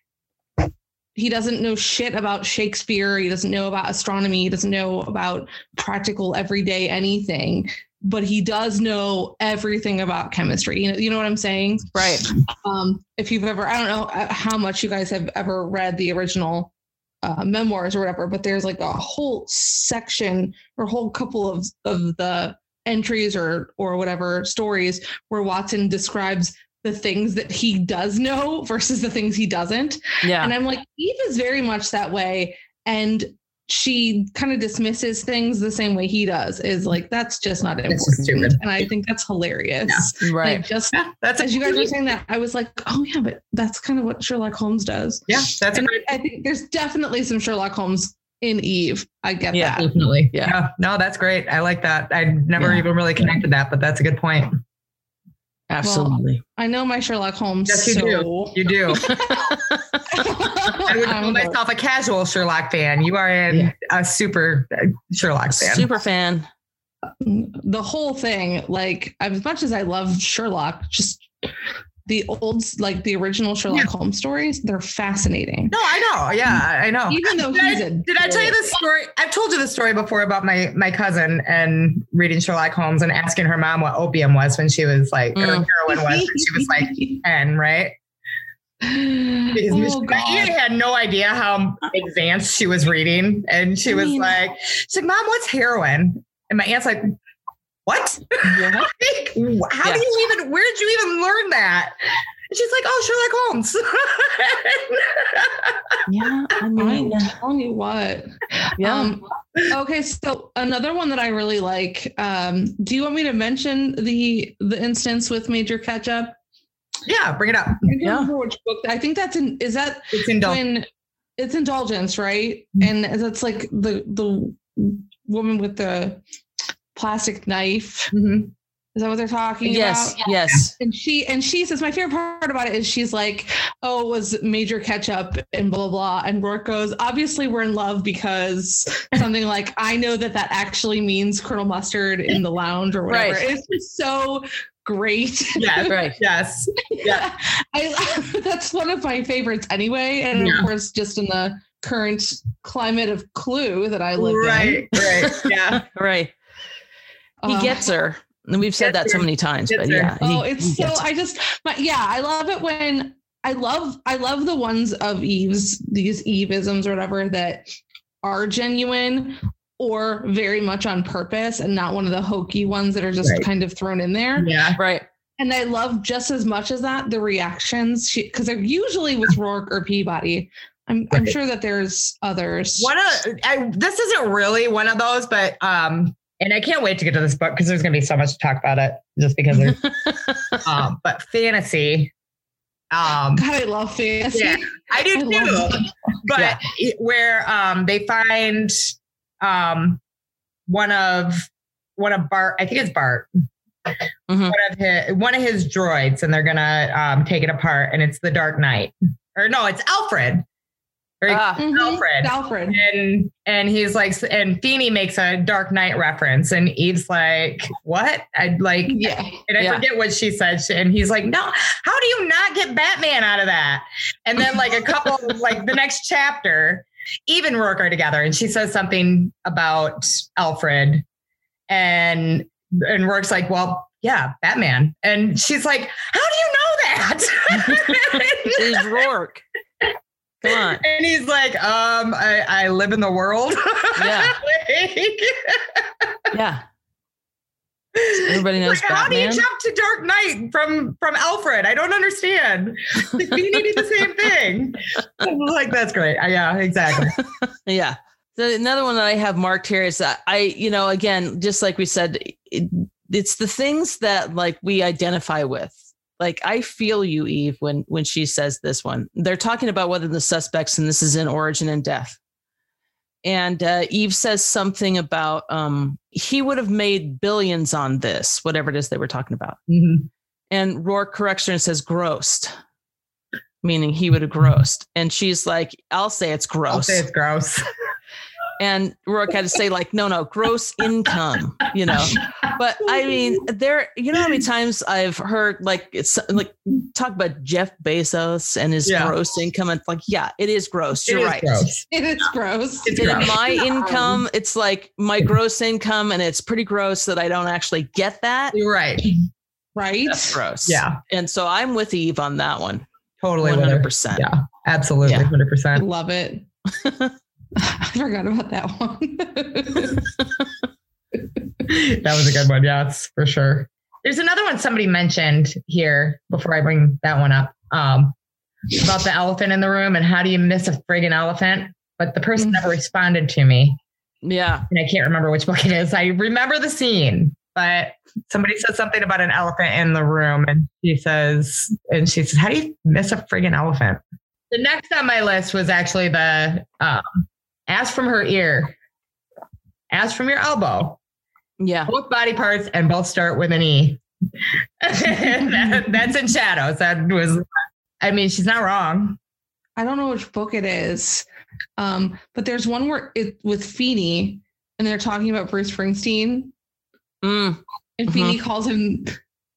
C: he doesn't know shit about Shakespeare, he doesn't know about astronomy, he doesn't know about practical everyday anything, but he does know everything about chemistry. You know, you know what I'm saying?
A: Right.
C: um, if you've ever, I don't know uh, how much you guys have ever read the original uh, memoirs or whatever, but there's like a whole section or a whole couple of of the entries or or whatever stories where Watson describes the things that he does know versus the things he doesn't.
A: Yeah.
C: And I'm like, Eve is very much that way. And she kind of dismisses things the same way he does, is like, that's just not
B: This is
C: important.
B: stupid.
C: And I think that's hilarious.
A: Right.
C: Like, just
B: Yeah, that's a,
C: as you guys were saying that, I was like, oh yeah, but that's kind of what Sherlock Holmes does.
B: yeah, that's a
C: And
B: great
C: I think there's definitely some Sherlock Holmes in Eve. I get
A: Yeah.
C: that.
B: definitely.
A: Yeah.
B: no, that's great. I like that. I never
A: Yeah.
B: even really connected that, but that's a good point.
A: Absolutely.
C: I know my Sherlock Holmes.
B: Yes, you
C: so-
B: You do. I would call
C: I'm like,
B: myself a casual Sherlock fan. You are in
A: Yeah.
B: a super uh, Sherlock fan.
A: Super fan.
C: "Mm, the whole thing, like as much as I love Sherlock, just the old, like the original Sherlock Holmes stories, they're fascinating.
B: No, I know. Yeah, I know.
C: Even though
B: Did I-
C: he's a
B: Did I tell you this story? I've told you this story before about my my cousin and reading Sherlock Holmes and asking her mom what opium was when she was like, or
A: Mm.
B: heroin was when she was like 10, right? Because
C: oh,
B: she-
C: God.
B: she had no idea how advanced she was reading. And she
C: I
B: was
C: mean-
B: like, she's like, Mom, what's heroin? And my aunt's like, What?
C: What?
B: Like, wh- How
A: Yeah.
B: do you even, where did you even learn that? And she's like, oh, Sherlock Holmes.
A: Yeah, I
C: I'm
A: mean,
C: telling you what.
A: yeah.
C: Um, okay, so another one that I really like. Um, do you want me to mention the the instance with Major Ketchup?
B: yeah, bring it up.
C: I can't
A: Yeah.
C: remember which book. I think that's in. Is that
B: It's in Dol-
C: when it's indulgence, right? And that's like the the woman with the plastic knife.
B: Mhm.
C: Is that what they're talking
A: yes,
C: about?
A: yes.
C: And she and she says my favorite part about it is she's like, oh, it was major catch up and blah blah blah. And Rourke goes, obviously we're in love because something like I know that that actually means Colonel Mustard in the lounge or whatever.
A: Right.
C: It's just so great.
B: mm-hmm. Yes.
A: Right.
B: Yes. Yeah.
C: I, that's one of my favorites anyway. And
B: Yeah.
C: of course, just in the current climate of Clue that I live in.
B: Right. Right. Yeah.
A: Right. He
C: Uh,
A: gets her. And we've said
B: Gets
A: that so
B: her.
A: many times,
B: Gets
A: but
B: her.
A: yeah.
C: Oh,
A: he-
C: it's
A: he
C: so
A: gets her.
C: I just but yeah, I love it when I love I love the ones of Eve's these Eveisms or whatever that are genuine or very much on purpose and not one of the hokey ones that are just
B: Right.
C: kind of thrown in there.
B: Yeah.
A: right.
C: And I love just as much as that the reactions because they're usually with Rourke or Peabody. I'm I'm
B: Right.
C: sure that there's others.
B: One of I, this isn't really one of those, but um, and I can't wait to get to this book because there's gonna be so much to talk about it just because there's um, but fantasy. Um,
C: God, I love fantasy.
B: Yeah, I do
C: I
B: too.
C: love it.
B: but
A: Yeah.
B: it- where um they find um one of one of Bart, I think it's Bart,
A: Mhm.
C: Mm-hmm.
B: one of his one of his droids, and they're gonna um take it apart, and it's the Dark Knight, or no, it's Alfred, or
A: Ah,
C: Mhm.
B: Alfred.
C: Alfred.
B: and and he's like, and Feeny makes a Dark Knight reference, and Eve's like, "What?" I like,
C: Yeah.
B: and I
A: Yeah.
B: forget what she said. She- And he's like, no, how do you not get Batman out of that? And then, like, a couple, like the next chapter, Eve and Rourke are together, and she says something about Alfred. And and Rourke's like, well, yeah, Batman. And she's like, how do you know that?
A: is Rourke. Come on.
B: and he's like, um, I, I live in the world.
A: Yeah.
B: Like-
A: Yeah. Everybody knows
B: Like, how do you
A: Batman.
B: jump to Dark Knight from from Alfred? I don't understand. Like, we needed the same thing. I'm like that's great. Uh, Yeah, exactly.
A: Yeah. The, another one that I have marked here is that I, you know, again, just like we said, it, it's the things that like we identify with. Like I feel you, Eve, when when she says this one. They're talking about whether the suspects, and this is in Origin and Death. And uh, Eve says something about um, he would have made billions on this, whatever it is they were talking about.
B: Mhm.
A: And Rourke corrects her and says grossed, meaning he would have grossed. And she's like, I'll say it's gross.
B: I'll say it's gross.
A: And Rourke had to say, like, no, no, gross income, you know. But I mean, there, you know how many times I've heard like it's like talk about Jeff Bezos and his
B: Yeah.
A: gross income. And it's like, yeah, it is gross.
B: It
A: You're
B: is
A: right.
B: gross.
C: It is gross.
B: It's
A: And
B: gross.
A: my
C: Come on.
A: income, it's like my gross income, and it's pretty gross that I don't actually get that.
B: You're right.
C: right?
A: That's gross.
B: Yeah,
A: And so I'm with Eve on that one.
B: totally. with her.
A: 100%.
B: Yeah, absolutely.
A: Yeah.
B: Hundred
C: I
B: percent.
C: love it. I forgot about that one.
B: That was a good one. Yeah, that's for sure. There's another one somebody mentioned here before I bring that one up. Um, about the elephant in the room and how do you miss a friggin' elephant? But the person
C: Mhm.
B: never responded to me.
A: Yeah.
B: and I can't remember which book it is. I remember the scene, but somebody said something about an elephant in the room, and she says, and she says, "How do you miss a friggin' elephant?" The next on my list was actually the um, ass from her ear, ass from your elbow,
A: Yeah.
B: both body parts, and both start with an e. That- that's in shadows. That was, I mean, she's not wrong.
C: I don't know which book it is, um, but there's one where it with Feeney, and they're talking about Bruce Springsteen,
A: Mm,
C: and Feeney calls him,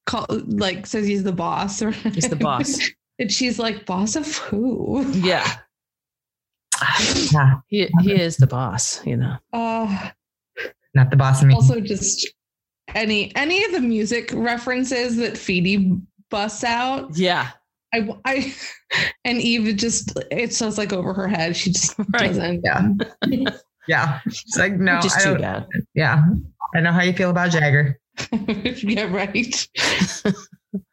C: call like says he's the boss, or
A: he's the boss.
C: and she's like, boss of who?
A: Yeah.
B: Yeah,
A: He, he is the boss, you know.
C: Uh,
B: not the boss of me.
C: also just any any of the music references that Feeney busts out.
A: Yeah.
C: I, I and Eve just it's just like over her head. She just
A: Right.
C: doesn't.
B: Yeah. Yeah, she's like, no,
A: Which is
B: I
A: too
B: don't,
A: bad.
B: yeah, I know how you feel about Jagger.
C: yeah, right.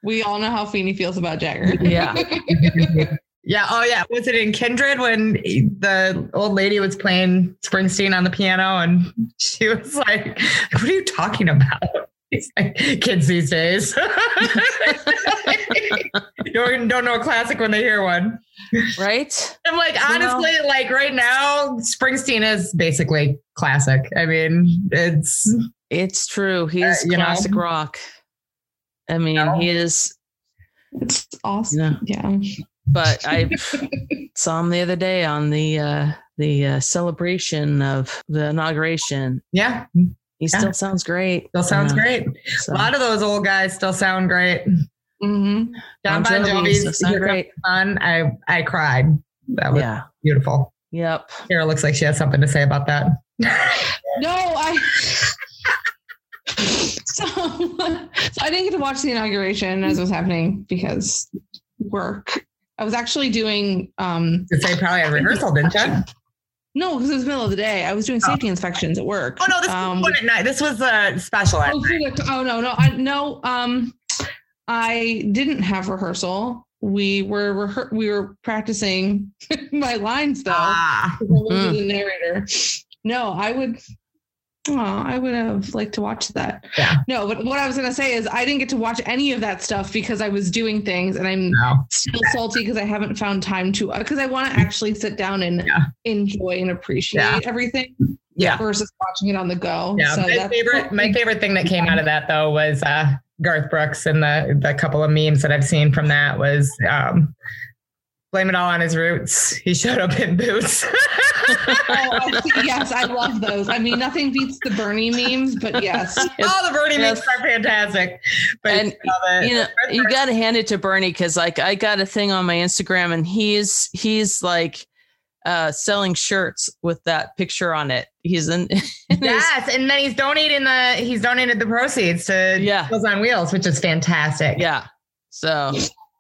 C: We all know how Feeney feels about Jagger.
A: Yeah.
B: yeah. Oh, yeah. Was it in Kindred when the old lady was playing Springsteen on the piano and she was like, What are you talking about? He's like, Kids these days. don't, don't know a classic when they hear one.
A: Right?
B: I'm like,
A: You know?
B: honestly, like right now, Springsteen is basically classic. I mean, it's
A: It's true. He is
B: Uh, you know?
A: classic rock. I mean,
B: No.
A: he is,
C: It's
A: you
C: awesome.
A: know,
C: Yeah.
A: but I saw him the other day on the uh the uh, celebration of the inauguration.
B: yeah,
A: He
B: Yeah.
A: still sounds great.
B: still sounds
A: Yeah,
B: great.
A: so-
B: A lot of those old guys still sound great.
C: Mhm.
B: John Bon Jovi's
A: still sound
B: Here Comes
A: great.
B: the Sun, I I cried. That was
A: Yeah.
B: beautiful.
A: Yep.
B: Sarah looks like she has something to say about that.
C: No, I. so, so I didn't get to watch the inauguration as it was happening because work. I was actually doing um
B: Did they probably had rehearsal, didn't you? Oh
C: no, because it was middle of the day. I was doing safety inspections at work.
B: Oh, no, this
C: Um,
B: was one at night. This was a special. at
C: Oh,
B: night.
C: for the- oh, no, no, I no. Um, I didn't have rehearsal. We were rehe- we were practicing my lines though.
B: Ah,
C: I wasn't the narrator. No, I would. Oh, I would have liked to watch that.
B: Yeah.
C: No, but what I was gonna say is I didn't get to watch any of that stuff because I was doing things, and I'm
B: no.
C: still salty because I haven't found time to. Because I want to actually sit down and
B: Mm. Yeah.
C: enjoy and appreciate
B: Yeah.
C: everything
B: Yeah.
C: versus watching it on the go.
B: Yeah.
C: So
B: my
C: that's-
B: favorite my favorite thing that came out of that though was uh Garth Brooks and the the couple of memes that I've seen from that was um blame it all on his roots. He showed up in boots.
C: oh, I see. yes, I love those. I mean, nothing beats the Bernie memes, but yes,
B: all the Bernie memes
A: Yes.
B: are fantastic. But
A: And,
B: you know, the-
A: you know you got to hand it to bernie because like i got a thing on my instagram and he's he's like uh selling shirts with that picture on it he's in, in his-
B: Yes, and then he's donating the he's donated the proceeds to
A: Yeah.
B: Wheels on Wheels, which is fantastic.
A: yeah so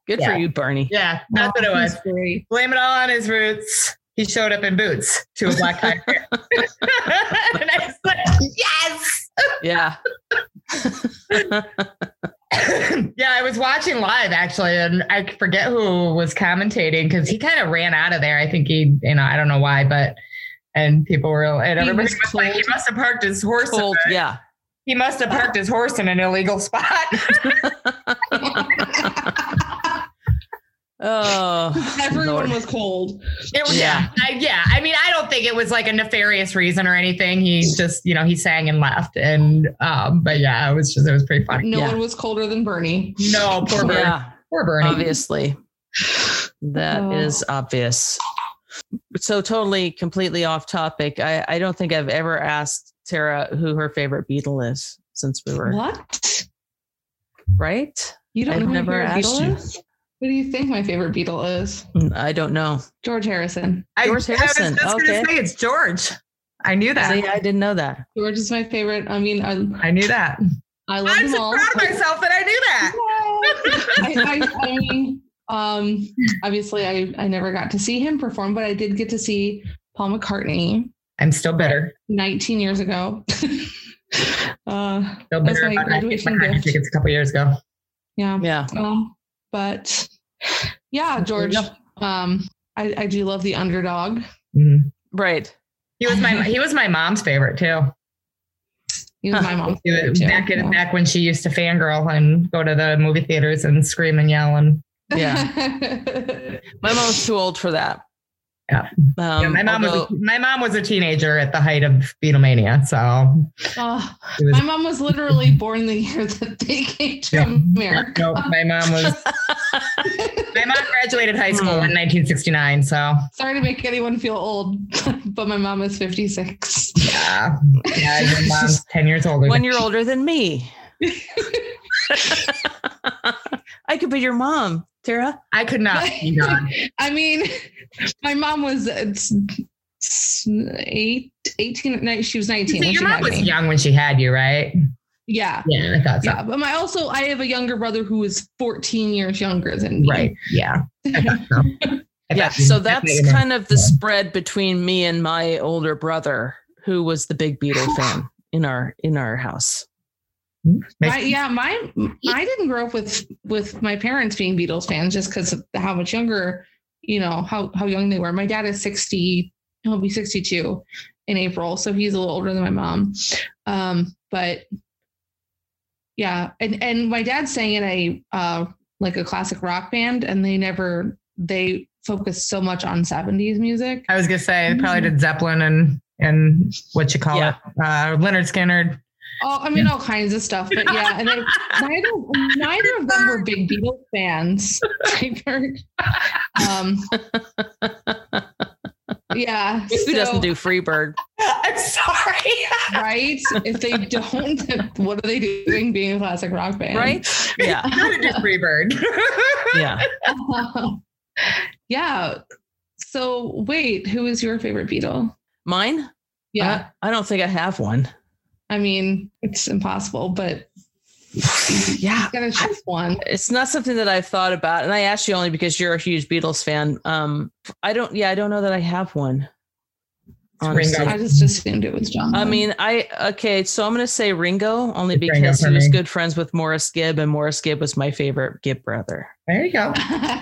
A: good
B: Yeah.
A: for you bernie
B: yeah, that's what it
C: He's
B: was.
C: great.
B: Blame it all on his roots. He showed up in boots to a black tie. and I was like, yes.
A: yeah
B: yeah, I was watching live actually, and I forget who was commentating because he kind of ran out of there. I think he, you know, I don't know why, but and people were and
C: He
B: everybody
C: was
B: was, like, he
C: cold.
B: must have parked his horse. in
A: Cold,
B: a-
A: yeah
B: He must have parked his horse in an illegal spot.
A: oh
C: Everyone
A: Lord.
C: was cold.
B: It was,
A: Yeah.
B: yeah. I, yeah. I mean, I don't think it was like a nefarious reason or anything. He just, you know, he sang and left. And, um, but yeah, it was just, it was pretty funny.
C: No
A: Yeah.
C: one was colder than Bernie.
B: No, poor Bernie.
A: yeah
B: Poor Bernie.
A: obviously that is
C: Oh.
A: obvious so totally completely off topic i i don't think i've ever asked tara who her favorite beatle is since we were
C: What?
A: right
C: You don't
A: I've
C: know
A: never
C: my favorite
A: asked you.
C: Beatle is? What do you think my favorite Beatle is?
A: Mm, i don't know
C: George Harrison.
B: I,
A: George
B: I was just
A: Harrison.
B: going to
A: Okay.
B: say it's George. I knew that.
A: See, i didn't know that
C: George is my favorite. I mean, I,
B: I knew that.
C: I love
B: I'm
C: them
B: so
C: all.
B: proud of
C: but-
B: myself that I knew that.
C: I, I, I mean, um, obviously, I, I never got to see him perform, but I did get to see Paul McCartney
B: I'm still bitter.
C: 19 years ago. uh,
B: Still
C: That's
B: bitter
C: my
B: about that.
C: graduation
B: McCartney
C: gift.
B: tickets a couple years ago.
C: yeah.
A: yeah
C: Um, but yeah, George. Um, I, I do love the underdog.
B: Mhm.
A: right
B: He was my he was my mom's favorite too.
C: He was
A: Huh.
C: my mom's
B: He
C: favorite
B: was
C: too.
B: back in
C: Yeah.
B: back when she used to fangirl and go to the movie theaters and scream and yell and
C: Yeah.
A: my mom's too old for that
B: Yeah.
A: um,
B: yeah, my mom was a,
A: although-
B: my mom was a teenager at the height of Beatlemania, so
C: Oh,
B: it was.
C: my mom was literally born the year that they came to
B: Yeah.
C: America.
B: no, my mom was. my mom graduated high school
C: Hmm.
B: in 1969, so
C: Sorry to make anyone feel old, but my mom is 56.
B: yeah, yeah, your mom's 10 years older.
A: one year older than me i could be your mom tara
B: I could not. be gone.
C: I mean, my mom was uh, s- s- eight, 18, ni- she was 19.
B: See,
C: when
B: your
C: she
B: mom
C: had
B: was
C: me.
B: young when she had you, right?
C: Yeah.
B: Yeah, I thought so.
C: Yeah, but my also I have a younger brother who is 14 years younger than me.
B: Right? Yeah. I thought so. I
A: yeah
B: thought you-
A: so
B: I thought
A: that's
B: you meant-
A: kind of the spread between me and my older brother who was the big beatle fan in our in our house
C: My, yeah, my I didn't grow up with with my parents being Beatles fans just because of how much younger, you know, how how young they were. My dad is sixty; he'll be sixty-two in April, so he's a little older than my mom. Um, but yeah, and and my dad sang in a uh, like a classic rock band, and they never they focused so much on seventies music.
B: I was gonna say it probably did Zeppelin and and what you call
A: Mm-hmm. Yeah.
B: it, uh, Leonard Skinner.
C: Oh, I mean all kinds of stuff, but yeah, and they, neither neither of them were big Beatles fans. Freitberg. um, yeah,
A: Who doesn't
C: so,
A: do Freebird?
B: I'm sorry.
C: right? If they don't, then what are they doing being a classic rock band,
A: Right? Yeah.
B: Gotta do Freebird.
A: Yeah.
C: yeah. So wait, who is your favorite Beatle?
A: Mine? Uh,
C: Yeah,
A: I, I don't think I have one.
C: I mean it's impossible, but
A: yeah.
C: I gotta choose one.
A: It's not something that I've thought about. And I asked you only because you're a huge Beatles fan. Um, I don't, yeah, I don't know that I have one.
B: Ringo.
A: Honestly.
C: I just assumed it was John.
A: I
C: Lennon.
A: mean, I okay, so I'm gonna say Ringo only
B: Um, It's Ringo
A: because
B: for
A: he was
B: me.
A: good friends with Morris Gibb, and Morris Gibb was my favorite Gibb brother.
B: there you go.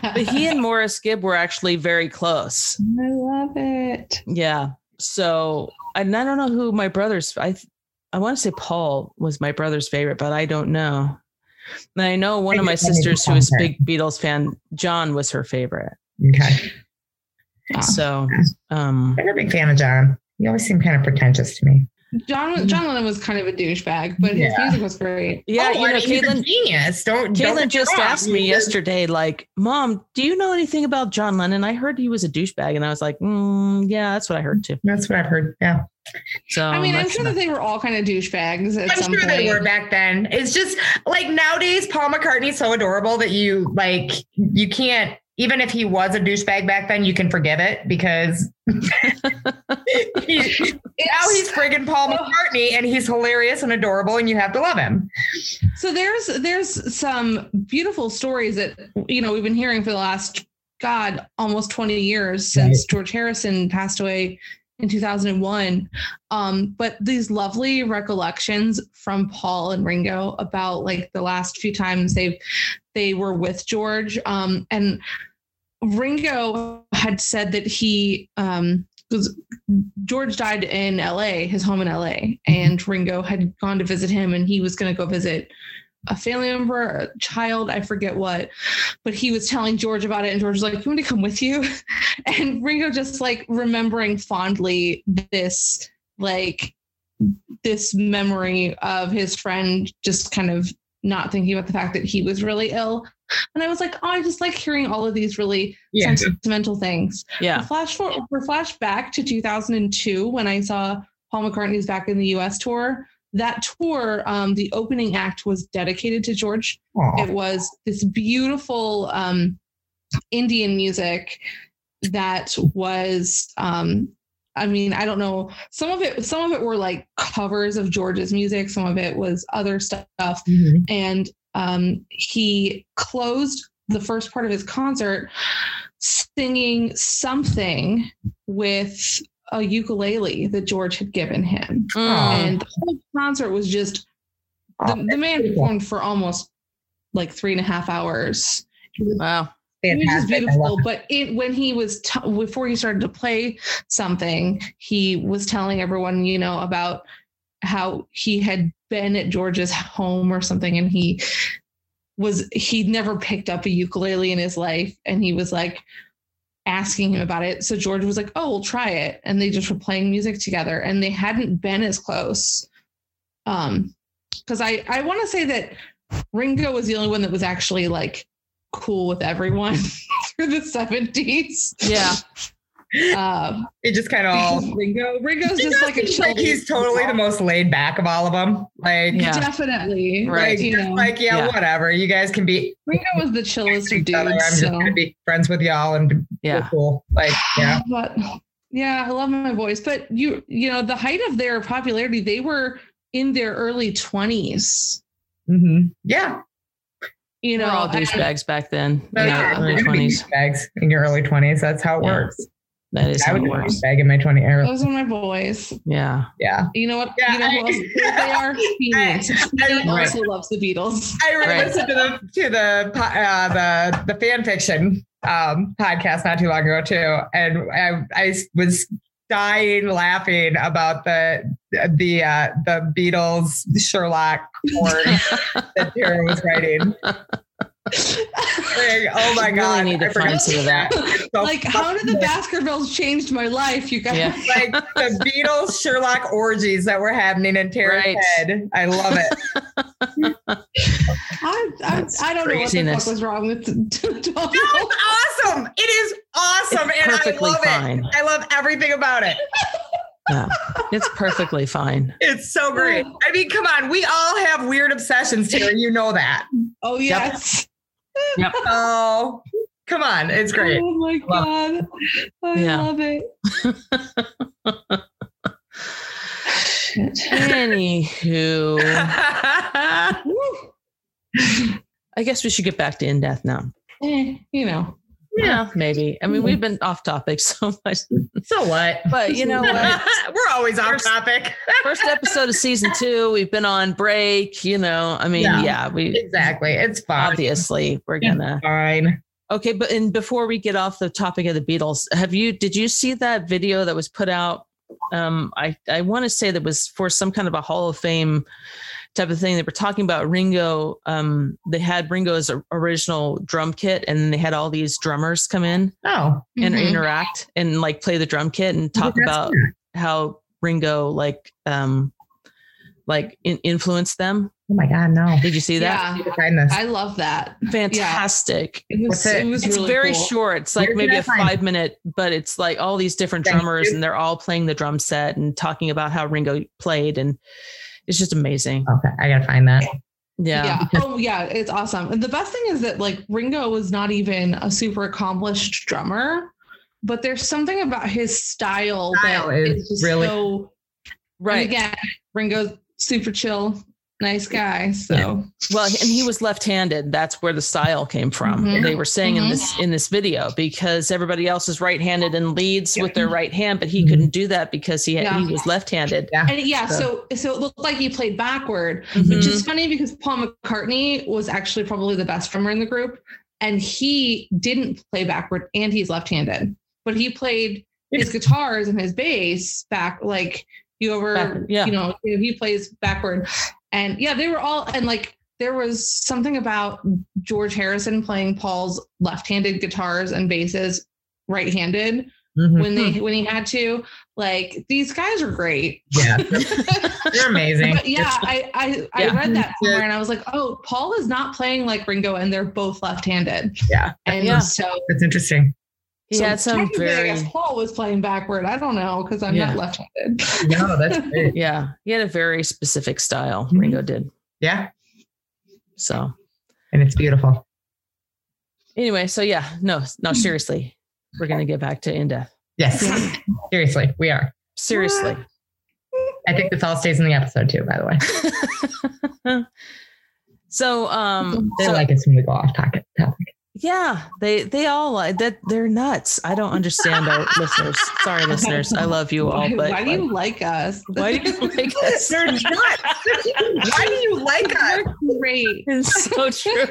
A: But he and Morris Gibb were actually very close.
C: I love it.
A: Yeah. So and I don't know who my brother's I th- I want to say Paul was my brother's favorite, but I don't know. And I know one
B: I
A: of my
B: just wanted to
A: sisters who was a
B: tell her.
A: big Beatles fan, John was her favorite.
B: Okay. Oh.
C: Ah.
A: So um
B: I'm a big fan of John. You always seem kind of pretentious to me.
C: John was, John Lennon was kind of a douchebag, but
B: Mm-hmm.
C: his
B: Yeah.
C: music was great.
A: yeah,
B: Oh,
A: you
B: I
A: know,
B: mean, he's a
A: Caitlin
B: genius. Don't don't
A: Caitlin
B: get
A: just
B: wrong.
A: asked me
B: He is-
A: yesterday, like, Mom, do you know anything about John Lennon? I heard he was a douchebag. And I was like, mm, Yeah, that's what I heard too.
B: That's what I've heard. Yeah.
A: So
C: I mean, I'm
A: Oh, that's
C: sure
A: not-
C: that they were all kind of douchebags at
B: I'm
C: some
B: sure
C: point.
B: they were back then. It's just like nowadays, Paul McCartney's so adorable that you like you can't even if he was a douchebag back then, you can forgive it because he, now he's friggin' Paul
C: Oh.
B: McCartney and he's hilarious and adorable and you have to love him.
C: So there's there's some beautiful stories that you know we've been hearing for the last god almost 20 years since George Harrison passed away in 2001. Um, but these lovely recollections from Paul and Ringo about like the last few times they they were with George. Um, and Ringo had said that he um, was George died in LA, his home in LA, and Ringo had gone to visit him and he was going to go visit a family member, a child, I forget what. But he was telling George about it and George was like, You want me to come with you? And Ringo just like remembering fondly this, like, this memory of his friend just kind of not thinking about the fact that he was really ill. And I was like, oh, I just like hearing all of these really sentimental things.
A: yeah.
C: Flash for, for flashback to 2002 when I saw Paul McCartney's Back in the U.S. tour. That tour, um, the opening act was dedicated to George. It
B: Aw.
C: was this beautiful um, Indian music that was. Um, I mean, I don't know. Some of it, some of it were like covers of George's music. Some of it was other stuff
B: Mhm.
C: and um, he closed the first part of his concert singing something with a ukulele that George had given him.
B: Oh.
A: Mm.
C: And the whole concert was just the, the man performed for almost like three and a half hours.
A: Wow.
C: It was
B: Fantastic.
C: just
B: I love
C: beautiful, but it when he was t- before he started to play something, he was telling everyone, you know, about how he had been at George's home or something, and he was he'd never picked up a ukulele in his life, and he was like asking him about it. So George was like, "Oh, we'll try it," and they just were playing music together, and they hadn't been as close. Um, because I I want to say that Ringo was the only one that was actually like cool with everyone through the 70s.
A: Yeah.
C: Uh,
B: it just kind of all
C: Ringo, Ringo's
B: He
C: just
B: does
C: like a
B: seem
C: chill.
B: like he's totally the most laid back of all of them. Like,
A: Yeah.
C: Definitely.
A: Right.
B: like,
C: You
B: just
C: know,
B: like yeah,
A: Yeah.
B: whatever. You guys can be
C: Ringo was the chillest of
B: each other. I'm
C: dudes.
B: just
C: So.
B: gonna be friends with y'all and be
A: Yeah.
B: cool. Like, yeah.
C: But yeah, I love my voice. But you, you know, the height of their popularity, they were in their early 20s.
B: Mm-hmm. Yeah.
C: You know,
A: We're all
C: and-
A: douchebags back then in
C: Yeah.
A: our early
B: You're gonna uh, be
A: 20s.
B: douchebags in your early 20s. That's how it
A: Yeah.
B: works.
A: That is
B: I
A: how
B: would
A: it
B: just
A: works.
B: be begging my 20 or
C: Those are my boys.
A: Yeah.
B: yeah.
C: You know what?
B: Yeah,
C: you know who
B: I-
C: else- who they are? Phoenix. Phoenix
A: Right.
C: also loves the Beatles.
B: I
A: Right.
B: listened to the to the po- uh, the the fan fiction um, podcast not too long ago too, and I I was dying laughing about the the uh, the Beatles Sherlock horn that Tara was writing. Like, oh my
A: Really
B: god!
A: need to
B: I forgot
A: find some of that.
B: It's so
C: like, how did the
B: fucking-
C: Baskervilles changed my life, you guys?
A: Yeah.
B: like the Beatles Sherlock orgies that were happening in Tara's
A: Right.
B: head. I love it.
C: I, I,
A: That's
C: I don't know what the
A: craziness.
C: fuck was wrong with
B: No,
C: Donald.
B: it's awesome. It is awesome,
A: It's
B: and I
A: perfectly
B: love
A: fine.
B: it. I love everything about it.
A: It's perfectly fine.
B: It's so great. I mean, come on, we all have weird obsessions here. You know that.
C: Oh yes.
B: Oh, come on, it's great.
C: Oh my
A: Love
C: god. I
A: Yeah.
C: love it.
A: Anywho,
B: yeah,
C: Woo.
A: I guess we should get back to in death now.
C: Eh, you know.
A: Yeah, maybe. I mean, we've been off topic so much,
B: so what?
A: but you know what?
B: We're always off topic.
A: First episode of season two, we've been on break. You know, I mean,
B: Yeah.
A: yeah, we
B: Exactly. It's fine.
A: obviously we're
B: Yeah.
A: gonna.
B: Fine.
A: Okay, but and before we get off the topic of the Beatles, have you did you see that video that was put out? Um, I I want to say that was for some kind of a Hall of Fame type of thing. They were talking about Ringo. Um, they had Ringo's or- original drum kit, and then they had all these drummers come in
B: Oh,
A: and
C: Mhm.
A: interact and like play the drum kit and talk
B: That's
A: about
B: weird.
A: how Ringo like um like in- influenced them.
B: Oh my God, no.
A: Did you see that?
B: I need
C: Yeah.
B: to find this.
C: I love that.
A: Fantastic.
C: It was,
B: What's it?
C: it was
A: it's
C: really
A: very
C: cool.
A: short. It's like
B: Where
A: maybe
B: can I
A: a
B: find it?
A: five minute, but it's like all these different
B: Thank
A: drummers
B: you.
A: and they're all playing the drum set and talking about how Ringo played. And it's just amazing.
B: Okay, I gotta find that.
A: Yeah.
C: yeah. Oh yeah, it's awesome. And the best thing is that like Ringo was not even a super accomplished drummer, but there's something about his style,
B: Style
C: that
B: is
C: is just
B: really-
C: so and
A: Right.
C: again, Ringo's super chill, nice guy. So
A: Well, and he was left handed. That's where the style came from.
C: Mhm.
A: They were saying in
C: Mhm.
A: this in this video because everybody else is right handed and leads with their right hand, but he
B: Mhm.
A: couldn't do that because he had,
C: Yeah.
A: he was left handed.
C: and yeah, so so it looked like he played backward,
B: Mm-hmm.
C: which is funny because Paul McCartney was actually probably the best drummer in the group, and he didn't play backward, and he's left-handed, but he played his guitars and his bass back like you over,
A: Backward, yeah.
C: you know, he plays backward, and yeah, they were all and like there was something about George Harrison playing Paul's left-handed guitars and basses right-handed
B: Mhm.
C: when they when he had to. Like these guys are great.
B: Yeah, you're amazing.
C: But yeah, I I,
A: Yeah.
C: I read that somewhere
B: Yeah.
C: and I was like, oh, Paul is not playing like Ringo, and they're both left-handed.
B: Yeah,
C: And
A: Yeah.
C: so,
B: that's interesting.
A: He
C: so
A: had some
C: technically,
A: very.
C: I guess Paul was playing backward. I don't know because I'm
A: Yeah.
C: not left-handed.
B: No, that's great.
A: Yeah, he had a very specific style.
B: Mhm.
A: Ringo did.
B: Yeah,
A: So
B: and it's beautiful.
A: anyway, so yeah, no, no,
C: Mm-hmm.
A: seriously, we're gonna get back to in death.
B: Yes,
C: Yeah.
B: seriously, we are.
A: Seriously,
B: I think this all stays in the episode too, by the way.
A: so um,
B: They
A: so-
B: like it when we go off topic. topic.
A: yeah, they they all like that. They're nuts. I don't understand our listeners. Sorry, listeners, I love you all,
C: why,
A: but
C: why do you like us?
A: why do you like us?
B: They're not. Why do you like us?
C: You're great.
A: It's so true.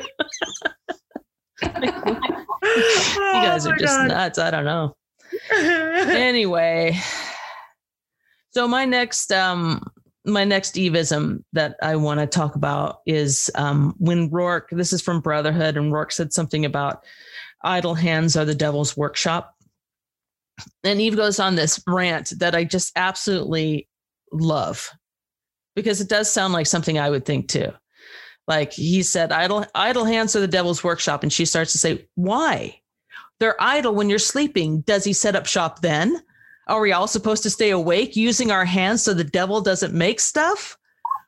C: Oh
A: You guys are just nuts. I don't know. anyway so my next um my next evism that i want to talk about is um when rourke this is from brotherhood and rourke said something about idle hands are the devil's workshop and eve goes on this rant that i just absolutely love because it does sound like something i would think too like he said idle idle hands are the devil's workshop and she starts to say why they're idle when you're sleeping. Does he set up shop then? Are we all supposed to stay awake using our hands so the devil doesn't make stuff?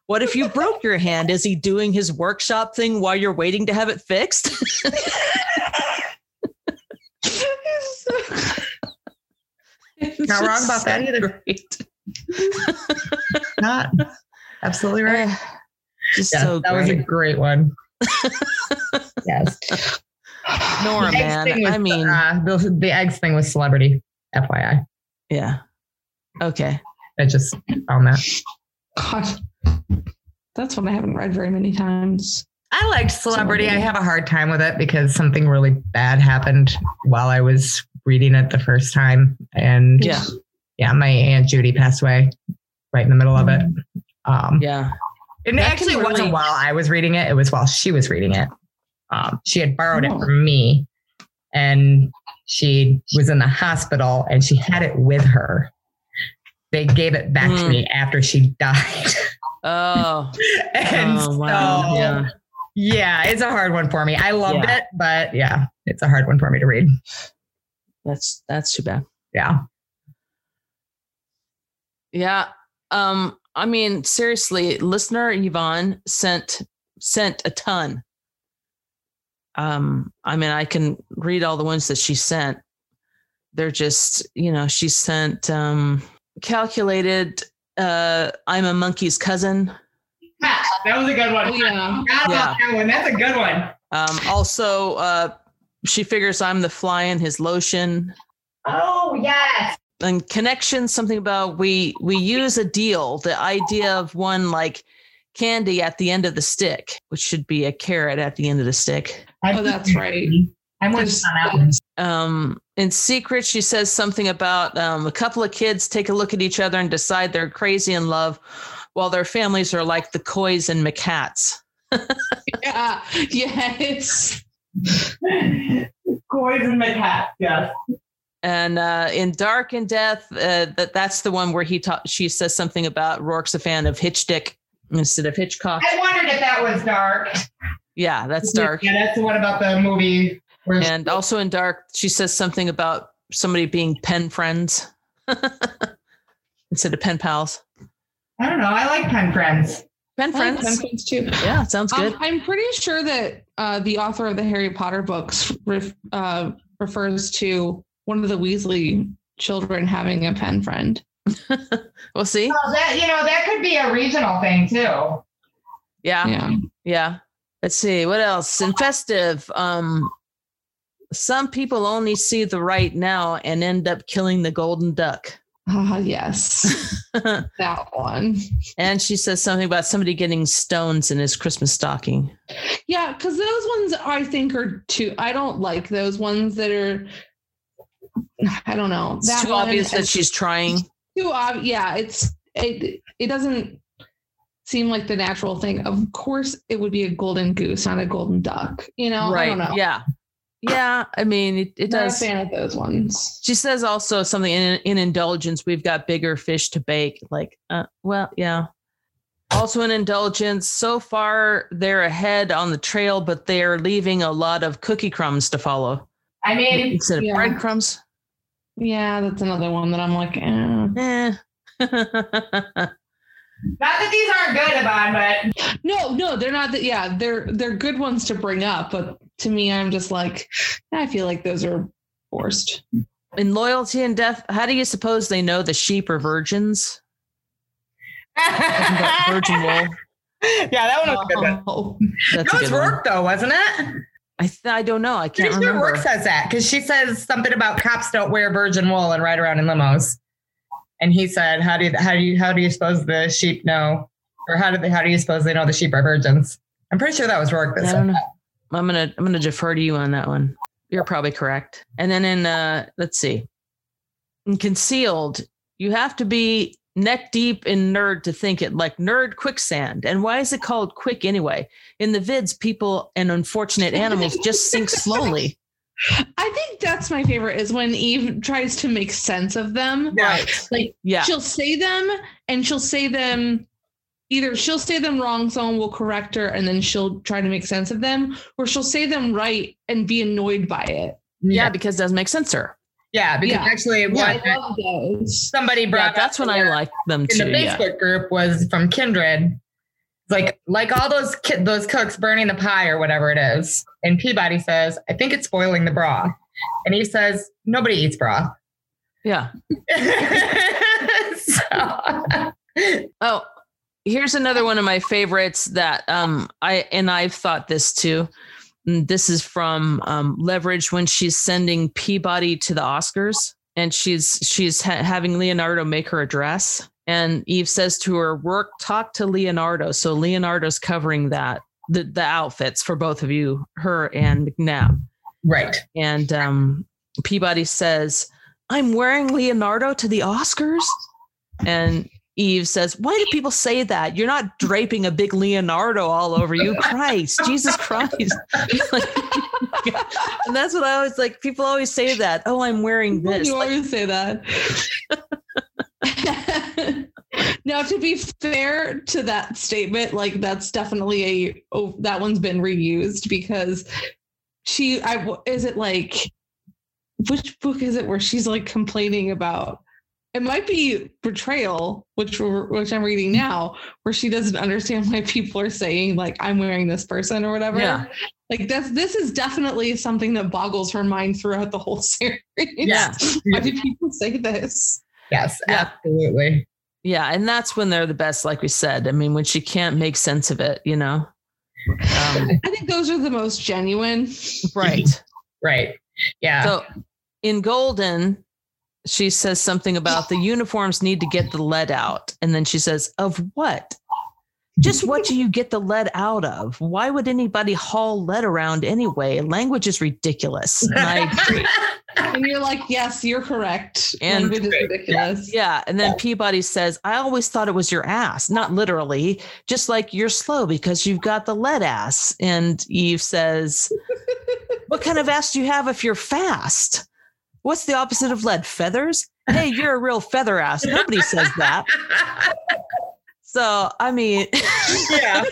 A: What if you broke your hand? Is he doing his workshop thing while you're waiting to have it fixed?
B: Not wrong about that either.
A: Great.
B: Not absolutely right.
A: Uh, Just
B: Yes,
A: so
B: that was a
A: great.
B: great one. yes.
A: Nora,
B: The eggs
A: man.
B: thing was,
A: I mean,
B: uh, the, the eggs thing was celebrity. FYI.
A: Yeah. Okay.
B: I just found that.
C: God, that's one I haven't read very many times.
B: I liked Celebrity. I have a hard time with it because something really bad happened while I was reading it the first time. And
A: Yeah.
B: yeah, my Aunt Judy passed away right in the middle of it. Um,
A: Mm-hmm. Yeah.
B: And it
A: That
B: actually
A: can
B: wasn't
A: really-
B: while I was reading it, it was while she was reading it. Um, she had borrowed
C: Oh.
B: it from me and she was in the hospital and she had it with her. They gave it back to
A: Mm.
B: me after she died.
A: Oh.
B: and
A: oh wow.
B: so,
A: yeah.
B: yeah, it's a hard one for me. I loved
A: Yeah.
B: it, but yeah, it's a hard one for me to read.
A: That's that's too bad.
B: Yeah.
A: Yeah. Um, I mean, seriously, listener Yvonne sent sent a ton. Um, I mean, I can read all the ones that she sent. They're just, you know, she sent um calculated uh I'm a monkey's cousin.
B: That was a good
C: Oh,
B: one.
C: yeah.
A: about
B: that one. That's a good one.
A: Um also uh she figures I'm the fly in his lotion.
B: Oh, yes.
A: and connection something about we we use a deal the idea of one like candy at the end of the stick which should be a carrot at the end of the stick
C: Oh, that's right.
B: I'm with
C: There's-
B: you on that one.
A: um in secret she says something about um, a couple of kids take a look at each other and decide they're crazy in love while their families are like the coys and mccats
C: Yeah. Yes.
B: Coys and the cat. Yes.
A: and uh, in dark and death uh, that that's the one where he ta- she says something about rourke's a fan of hitch dick instead of hitchcock
B: I wondered if that was dark.
A: yeah that's dark
B: Yeah, that's the one about the movie. Where
A: And also in Dark, she says something about somebody being pen friends instead of pen pals.
B: I don't know. I like pen friends.
A: Pen
C: I like
A: friends.
C: Pen Friends too.
A: yeah, sounds
C: Um,
A: good.
C: I'm pretty sure that uh, the author of the Harry Potter books ref, uh, refers to one of the Weasley children having a pen friend.
A: we'll see.
B: Well, that you know that could be a regional thing too.
A: Yeah, yeah.
C: Yeah.
A: Let's see what else. In festive, um, some people only see the right now and end up killing the golden duck.
C: Ah, yes. that one.
A: and she says something about somebody getting stones in his Christmas stocking.
C: Yeah, because those ones I think are too. I don't like those ones that are. I don't know.
A: It's
C: That
A: too
C: one
A: obvious that
C: is
A: she's trying.
C: too ob- Yeah, it's it. It doesn't seem like the natural thing. Of course, it would be a golden goose, not a golden duck. You know, I don't know.
A: Yeah. Yeah. I mean, it, it
C: Not
A: does.
C: a fan of those ones.
A: She says also something in, in indulgence, we've got bigger fish to bake. Like, uh, well, yeah. Also in indulgence, so far they're ahead on the trail, but they're leaving a lot of cookie crumbs to follow
B: I mean,
A: instead of
C: Yeah.
A: breadcrumbs.
C: Yeah, that's another one that I'm like, eh.
A: Eh.
B: not that these aren't good, Yvonne, but
C: no, no, they're not. That, yeah, they're they're good ones to bring up, but to me, I'm just like, I feel like those are forced.
A: in loyalty and death, how do you suppose they know the sheep are virgins? Isn't that virgin wool.
B: yeah, that one was a good. One.
C: Oh.
A: That's
B: That
A: a
B: was
A: good one.
B: Rourke, though, wasn't it?
A: I th- I don't know. I can't
B: Pretty sure
A: remember.
B: Rourke says that because she says something about cops don't wear virgin wool and ride around in limos. And he said, "How do you, how do you how do you suppose the sheep know, or how do they how do you suppose they know the sheep are virgins?" I'm pretty sure that was Rourke. That
A: I
B: said
A: don't know.
B: that.
A: I'm gonna I'm gonna defer to you on that one. You're probably correct. And then in uh let's see. In concealed, you have to be neck deep in nerd to think it like nerd quicksand. And why is it called quick anyway? In the vids, people and unfortunate animals just sink slowly.
C: I think that's my favorite is when Eve tries to make sense of them.
B: Yeah.
C: Like
A: Yeah.
C: she'll say them and she'll say them either she'll say them wrong, someone will correct her, and then she'll try to make sense of them, or she'll say them right and be annoyed by it.
A: Yeah, because it doesn't make sense to her.
B: Yeah, because
C: Yeah.
B: actually, one
C: I love those.
B: somebody
A: Yeah,
B: brought
A: that's
B: up
A: when I like them
B: in the
A: too. Yeah.
B: Facebook group was from Kindred. Like, like all those ki- those cooks burning the pie or whatever it is. And Peabody says, "I think it's spoiling the broth," and he says, "Nobody eats broth."
A: Yeah.
B: So-
A: Oh, here's another one of my favorites that um I and I've thought this too. Mm, This is from um, Leverage when she's sending Peabody to the Oscars. and she's she's ha- having Leonardo make her a dress. And Eve says to her, "Work, talk to Leonardo." So Leonardo's covering that the the outfits for both of you, her and McNabb.
B: Right.
A: And um, Peabody says, "I'm wearing Leonardo to the Oscars," and Eve says, "Why do people say that? You're not draping a big Leonardo all over you, Christ, Jesus Christ." and that's what I always like. People always say that. Oh, I'm wearing this.
C: You always say that. now, to be fair to that statement, like that's definitely a oh, that one's been reused because she I is it like which book is it where she's like complaining about it might be betrayal which we're, which i'm reading now where she doesn't understand why people are saying like i'm wearing this person or whatever
A: Yeah.
C: like that's this is definitely something that boggles her mind throughout the whole series
A: Yeah.
C: why do people say this
B: Yes,
A: Yeah.
B: absolutely.
A: Yeah, and that's when they're the best, like we said. I mean, when she can't make sense of it, you know. Um,
C: i think those are the most genuine
A: right.
B: Right. Yeah.
A: So in Golden, she says something about the uniforms need to get the lead out, and then she says, "Of what? Just what do you get the lead out of? Why would anybody haul lead around anyway? Language is ridiculous." And I agree.
C: and you're like yes you're correct
A: And-
C: Language is ridiculous
A: Yeah. And then Peabody says, I always thought it was your ass, not literally, just like you're slow because you've got the lead ass. And Eve says, What kind of ass do you have if you're fast? What's the opposite of lead? Feathers? Hey, you're a real feather ass. Nobody says that. So, I mean,
B: yeah.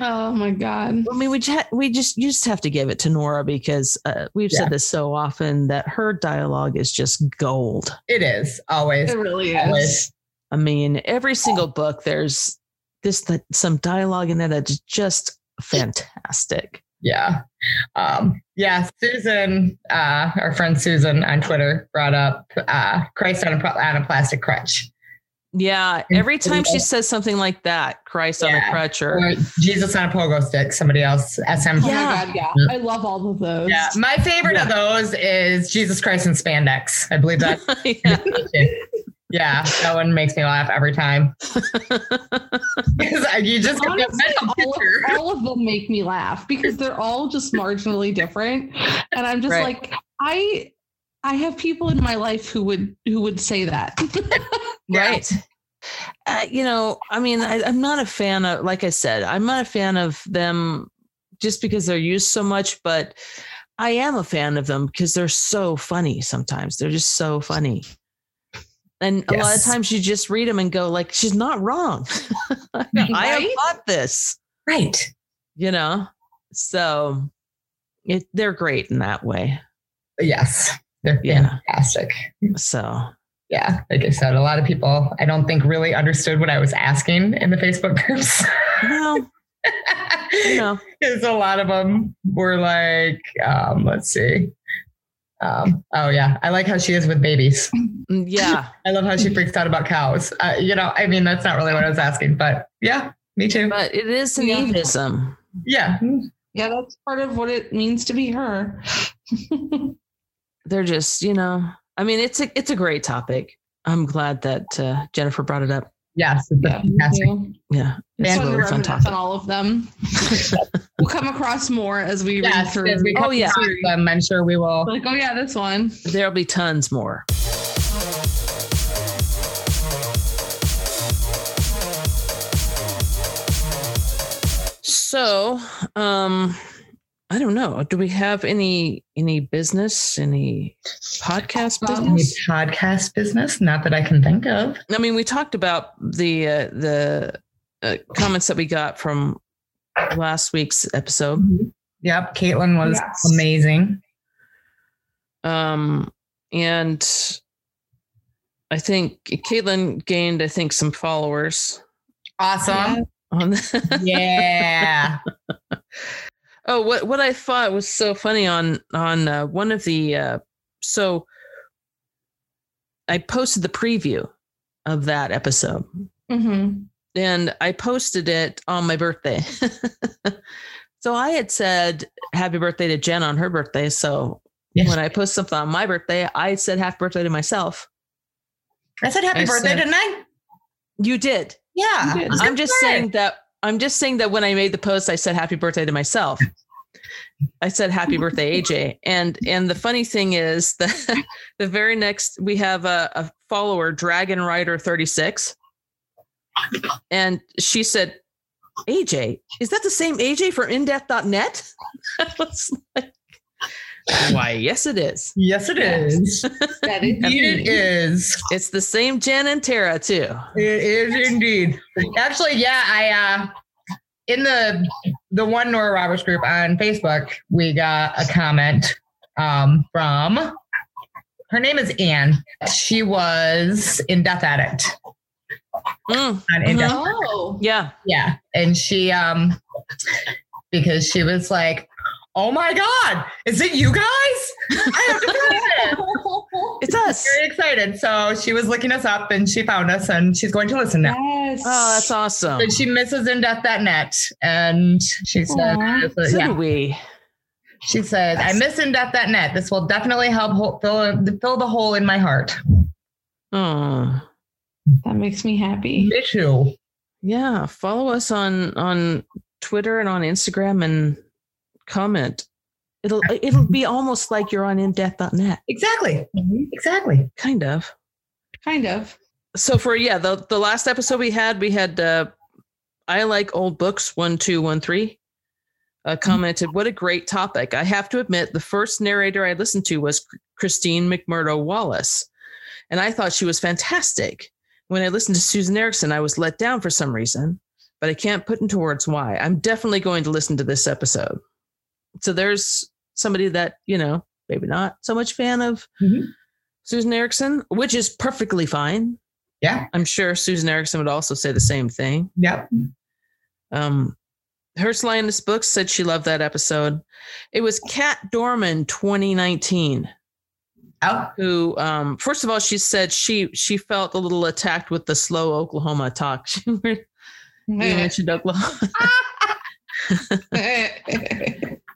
C: oh my god
A: I mean, we just, we just, you just have to give it to Nora because uh, we've
B: Yeah.
A: said this so often that her dialogue is just gold.
B: It is always.
C: it really is
B: Always.
A: I mean, every single book there's this that some dialogue in there that's just fantastic.
B: Yeah. Um, yeah. Susan, uh, our friend Susan on Twitter brought up uh, Christ on a, pro- on a plastic crutch.
A: Yeah, every time she says something like that, Christ on a
B: Yeah.
A: crutch or
B: Or Jesus on a pogo stick, somebody else, SM.
C: Oh
A: Yeah.
C: my god, yeah. I love all of those.
B: Yeah. My favorite of those is Jesus Christ in spandex. I believe that's
A: yeah.
B: yeah, that one makes me laugh every time. 'Cause I- you just get the
C: Honestly,
B: mental
C: all of,
B: picture.
C: all of them make me laugh because they're all just marginally different. And I'm just
A: Right.
C: like, I I have people in my life who would who would say that.
A: right. Uh, you know, I mean, I, I'm not a fan of, like I said, I'm not a fan of them just because they're used so much, but I am a fan of them because they're so funny sometimes. They're just so funny. And a lot of
B: Yes.
A: times you just read them and go, like, she's not wrong. I have
C: Right?
A: thought this,
B: Right.
A: you know? So it, they're great in that way.
B: Yes. They're
A: Yeah.
B: fantastic.
A: So,
B: Yeah. Like I said, a lot of people I don't think really understood what I was asking in the Facebook groups.
A: no, no.
B: Because a lot of them were like, um, let's see. Um, oh yeah. I like how she is with babies.
A: mm, Yeah.
B: I love how she freaks out about cows. Uh, you know, I mean, that's not really what I was asking, but yeah, me too.
A: But it is an
C: Yeah.
A: evism.
B: Yeah.
C: yeah, that's part of what it means to be her.
A: they're just you know i mean it's a it's a great topic i'm glad that uh, jennifer brought it up
B: Yes. It's
C: Yeah.
B: a fantastic
A: yeah it's
C: It's
A: a really
B: And
C: fun to
A: fun
C: reminisce on
A: topic
C: all of them. we'll come across more as we read
B: Yes,
C: through.
B: as we come
A: Oh, yeah.
B: to them, I'm sure we will.
C: like, oh yeah, this one.
A: there'll be tons more so um i don't know do we have any any business any podcast
C: Um,
A: business
B: podcast business, not that I can think of.
A: I mean, we talked about the uh, the uh, comments that we got from last week's episode.
B: Yep, Caitlin was
C: Yes.
B: amazing.
A: Um, and I think Caitlin gained, I think, some followers
B: Awesome.
A: on the
B: Yeah.
A: Oh, what what I thought was so funny on on uh, one of the uh, so I posted the preview of that episode.
C: Mm-hmm.
A: and I posted it on my birthday. so I had said happy birthday to Jen on her birthday. So
B: Yes.
A: When I post something on my birthday, I said happy birthday to myself.
B: I said happy
A: I
B: birthday,
A: said-
B: didn't I?
A: You did.
B: Yeah.
C: You did.
A: I'm just
B: Sure.
A: saying that I'm just saying that when I made the post, I said happy birthday to myself. I said happy birthday, AJ. And and the funny thing is that the very next we have a, a follower, Dragon Rider 36. And she said, AJ, is that the same AJ from indeath.net? I was like, why, yes, it is.
B: Yes, it is.
C: That is
B: It
C: me.
B: is.
A: It's the same Jen and Tara too.
B: It is indeed. Actually, yeah, I uh in the the one Nora Roberts group on Facebook, we got a comment um from her name is Anne. She was in Death Addict
A: Mm,
B: on in Death-
C: Oh,
A: yeah.
B: Yeah. And she um because she was like, Oh my god, is it you guys? I have to play it.
A: It's us.
B: Very excited. So she was looking us up and she found us and she's going to listen now.
C: yes.
A: Oh, that's awesome.
B: But she misses in death that net. And she said,
C: Aw.
B: so,
A: So
B: yeah.
A: do we.
B: she said, I miss in death that net. This will definitely help ho- fill, fill the hole in my heart.
A: Oh.
C: that makes me happy.
B: Me too.
A: yeah follow us on on twitter and on instagram and comment it'll it'll be almost like you're on in-depth.net
B: Exactly. Exactly.
A: kind of
C: Kind of.
A: so for yeah the the last episode we had we had uh i like old books 1213 uh, commented what a great topic i have to admit the first narrator i listened to was christine mcmurdo wallace and i thought she was fantastic when i listened to susan erickson i was let down for some reason but i can't put into words why i'm definitely going to listen to this episode so there's somebody that you know maybe not so much fan of
B: Mhm.
A: susan erickson which is perfectly fine
B: Yeah.
A: I'm sure Susan Erickson would also say the same thing.
B: Yep.
A: Um, Hearst Lioness Books said she loved that episode. It was Kat Dorman 2019
B: Oh,
A: who, um, first of all, she said she she felt a little attacked with the slow Oklahoma talk. She you mentioned Oklahoma,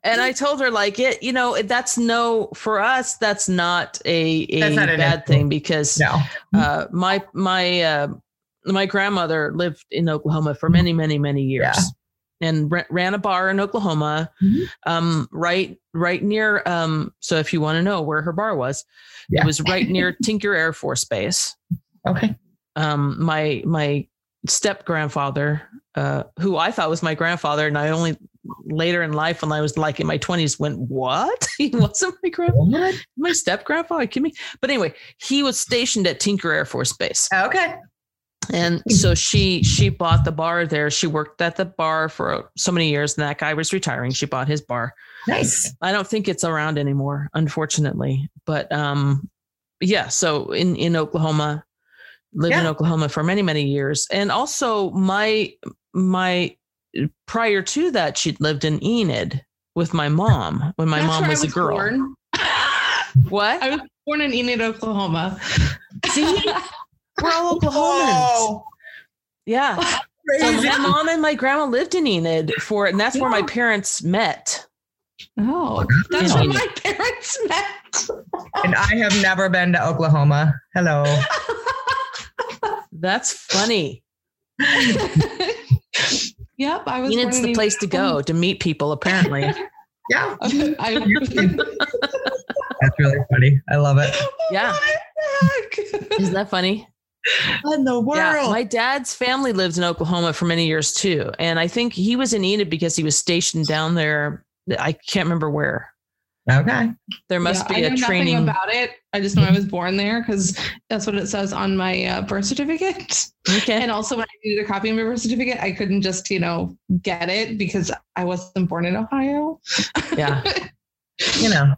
A: and I told her like it, you know, that's no for us. That's not a, a
B: That's not an
A: bad
B: issue.
A: thing because
B: no.
A: uh, my my uh, my grandmother lived in Oklahoma for many many many years and ra- ran a bar in Oklahoma
B: Mhm.
A: um, right right near um, so if you want to know where her bar was
B: Yeah.
A: it was right near Tinker Air Force Base
B: Okay.
A: um, my my step grandfather uh, who I thought was my grandfather and I only later in life when I was like in my 20s went what he wasn't my grand
B: What?
A: my step grandfather kidding me but anyway he was stationed at Tinker Air Force Base
B: Okay.
A: and so she she bought the bar there. She worked at the bar for so many years, and that guy was retiring. She bought his bar.
B: Nice.
A: I don't think it's around anymore, unfortunately. But um, yeah. So in in Oklahoma, lived in
B: Yeah.
A: Oklahoma for many many years, and also my my prior to that, she'd lived in Enid with my mom when my
C: That's
A: mom
C: where I
A: was, a girl.
C: Born.
A: What?
C: I was born in Enid, Oklahoma.
A: See, we're all Oklahomans.
B: Oh,
A: Yeah. So
B: crazy.
A: Um, my mom and my grandma lived in Enid for, and that's where my
C: Yeah.
A: parents met.
C: Oh, that's
A: Yeah.
C: where my parents met.
B: And I have never been to Oklahoma. Hello.
A: That's funny.
C: yep, I was.
A: Enid's
C: born
A: the
C: in
A: place to go to meet people, apparently.
B: Yeah.
C: Enid. I,
B: That's really funny. I love it.
A: Yeah.
C: What the heck?
A: Isn't that funny?
B: In the world.
A: Yeah. My dad's family lived in Oklahoma for many years too. And I think he was in Enid because he was stationed down there. I can't remember where.
B: okay.
A: There must
C: Yeah,
A: be
C: I
A: a
C: know
A: training.
C: nothing about it. I just know I was born there because that's what it says on my uh, birth certificate.
A: okay.
C: And also, when I needed a copy of my birth certificate, I couldn't just, you know, get it because I wasn't born in Ohio.
A: Yeah.
B: You know.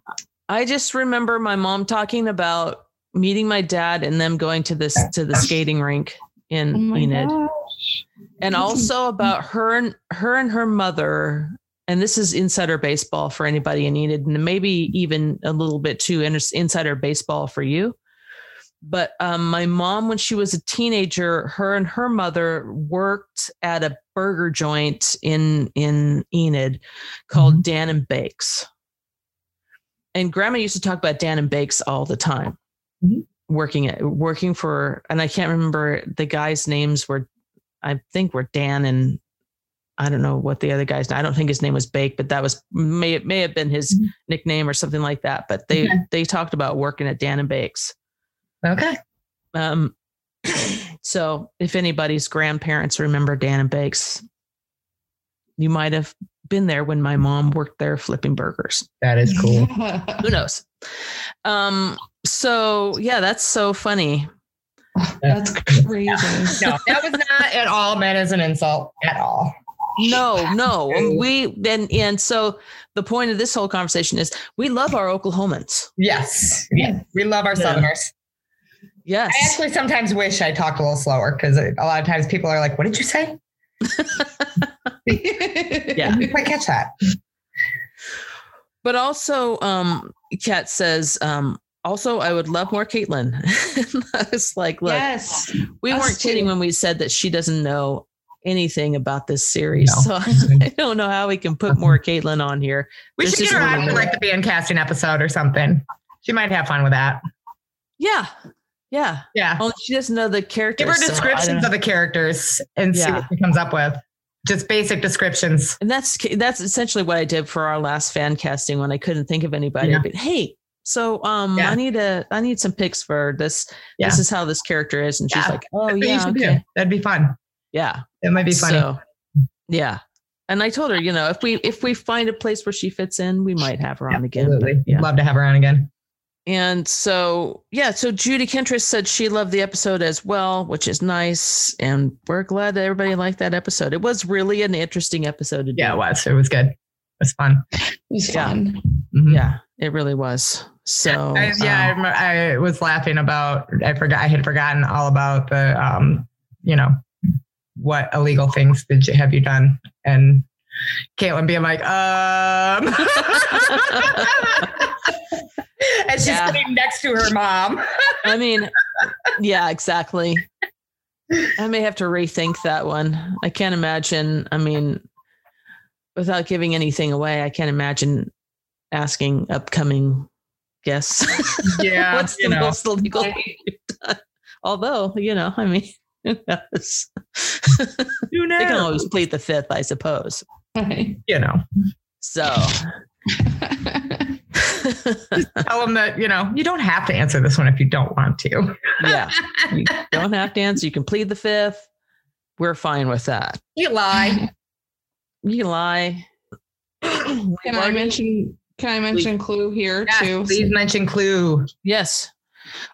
A: I just remember my mom talking about meeting my dad and them going to this to the skating rink in
C: Oh my
A: Enid.
C: God.
A: and also about her and her and her mother and this is insider baseball for anybody in Enid, and maybe even a little bit too in- insider baseball for you but um, my mom when she was a teenager her and her mother worked at a burger joint in in enid called dan and bakes and grandma used to talk about Dan and Bakes all the time.
B: Mhm.
A: Working at working for and I can't remember the guys' names were I think were Dan and I don't know what the other guy's I don't think his name was Bake, but that was may it may have been his
B: Mhm.
A: nickname or something like that. But they they talked about working at Dan and Bakes.
B: Okay.
A: Um, so if anybody's grandparents remember Dan and Bakes, you might have been there when my mom worked there flipping burgers.
B: That is cool.
A: Who knows? Um, so yeah, that's so funny.
C: That's crazy.
B: no, that was not at all meant as an insult at all.
A: No, no. and We then and so the point of this whole conversation is we love our Oklahomans.
B: Yes. Yeah. We love our
A: Yeah.
B: Southerners. I
A: Yes.
B: actually sometimes wish I talked a little slower because a lot of times people are like, what did you say?
C: yeah.
B: I quite catch that.
A: But also, um, Kat says, um, also I would love more Caitlin. I was like, look,
C: Yes.
A: We
C: Us
A: weren't kidding
C: too.
A: when we said that she doesn't know anything about this series.
B: No.
A: So I don't know how we can put more Caitlin on here.
B: We
A: There's
B: should get
A: just
B: her
A: no
B: on
A: way.
B: for like the band casting episode or something. She might have fun with that.
A: Yeah. Yeah.
B: Yeah.
A: Only she doesn't know the characters.
B: Give her
A: so I don't
B: descriptions
A: know.
B: of the characters and see
A: Yeah.
B: what she comes up with. Just basic descriptions.
A: and that's that's essentially what I did for our last fan casting when I couldn't think of anybody.
B: Yeah.
A: But hey, so um
B: Yeah.
A: I need a I need some picks for this.
B: Yeah.
A: This is how this character is. And she's
B: Yeah.
A: like, Oh
B: That's what you
A: yeah,
B: should do.
A: okay.
B: That'd be fun.
A: Yeah.
B: That might be funny.
A: So yeah. And I told her, you know, if we if we find a place where she fits in, we might have her on again. but
B: Absolutely.
A: yeah.
B: Love to have her on again.
A: And so, yeah, so Judy Kentris said she loved the episode as well, which is nice. And we're glad that everybody liked that episode. It was really an interesting episode to do.
B: Yeah, it was. It was good. It was fun.
C: It was
A: Yeah.
C: fun.
B: Mhm.
A: Yeah, it really was. So,
B: I, yeah, I
A: um,
B: remember- I, was laughing about. I forgot. I had forgotten all about the, um, you know, what illegal things did you have you done? And Caitlin being like, um, and she's
A: Yeah.
B: sitting next to her mom.
A: I mean, yeah, exactly. I may have to rethink that one. I can't imagine. I mean, without giving anything away, I can't imagine asking upcoming guests.
B: Yeah,
A: what's
B: Um, you
A: the
B: know.
A: most illegal
C: Right.
A: thing you've done? Although, you know, I mean, who knows?
B: you
A: they can
B: know,
A: always plead the fifth, I suppose.
C: Right.
B: you know,
A: So,
B: tell them that you know you don't have to answer this one if you don't want to.
A: yeah, you don't have to answer. You can plead the fifth. We're fine with that.
B: You lie.
A: You can lie. We've
C: Can I
A: already-
C: mention? Can I mention Clue here too?
B: Yes, please mention Clue.
A: yes.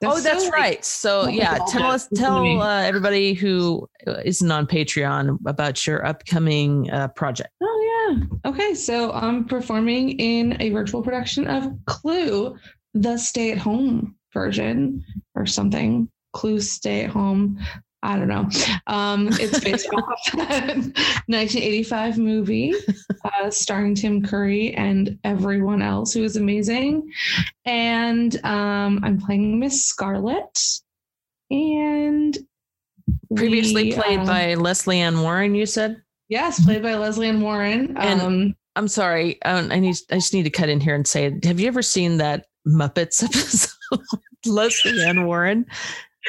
A: oh, that's
C: so-
A: right. So,
C: What
A: yeah,
C: was all
A: tell
C: that?
A: us,
C: What do you
A: tell
C: mean?
A: uh, everybody who isn't on Patreon about your upcoming uh, project.
C: Oh yeah. Okay, so I'm performing in a virtual production of Clue, the stay-at-home version or something. Clue stay at home. I don't know. Um, it's based off the 1985 movie uh, starring Tim Curry and everyone else who is amazing. And um, I'm playing Miss Scarlet. And
A: Previously
C: we,
A: played
C: um,
A: by Leslie Ann Warren, you said?
C: yes, played by Leslie Ann Warren.
A: And-
C: um,
A: I'm sorry. Um, I need. I just need to cut in here and say, have you ever seen that Muppets episode, Leslie Ann Warren?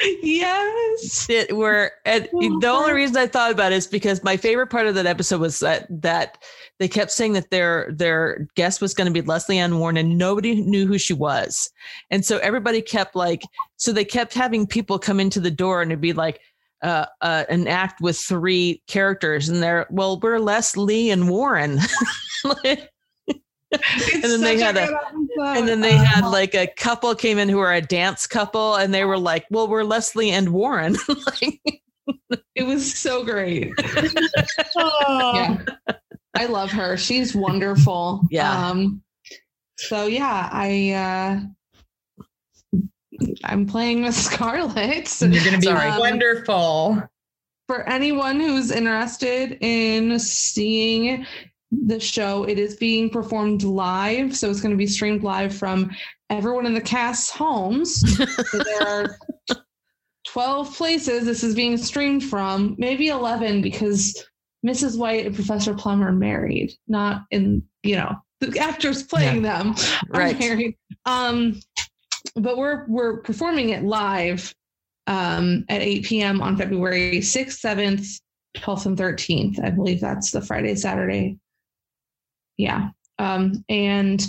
C: yes.
A: It where and the only reason I thought about it is because my favorite part of that episode was that that they kept saying that their their guest was going to be Leslie Ann Warren and nobody knew who she was, and so everybody kept like so they kept having people come into the door and it'd be like. Uh, uh, an act with three characters, and they're well, we're Leslie and Warren.
C: And
A: then they had a- and then they had like a couple came in who were a dance couple and they were like well we're leslie and warren like
C: it was so great.
A: Oh.
C: Yeah. I love her. She's wonderful.
A: Yeah.
C: Um, so yeah, I uh, I'm playing with Scarlet.
B: You're gonna be
A: Sorry.
B: wonderful.
C: for anyone who's interested in seeing the show, it is being performed live. So it's going to be streamed live from everyone in the cast's homes. So there are 12 places this is being streamed from, maybe 11, because Mrs. White and Professor Plum are married, not in, you know, the actors playing them are
A: Right.
C: married. Um, but we're we're performing it live um, at 8 p.m. on February 6th, 7th, 12th, and 13th. I believe that's the Friday, Saturday. Yeah. Um, and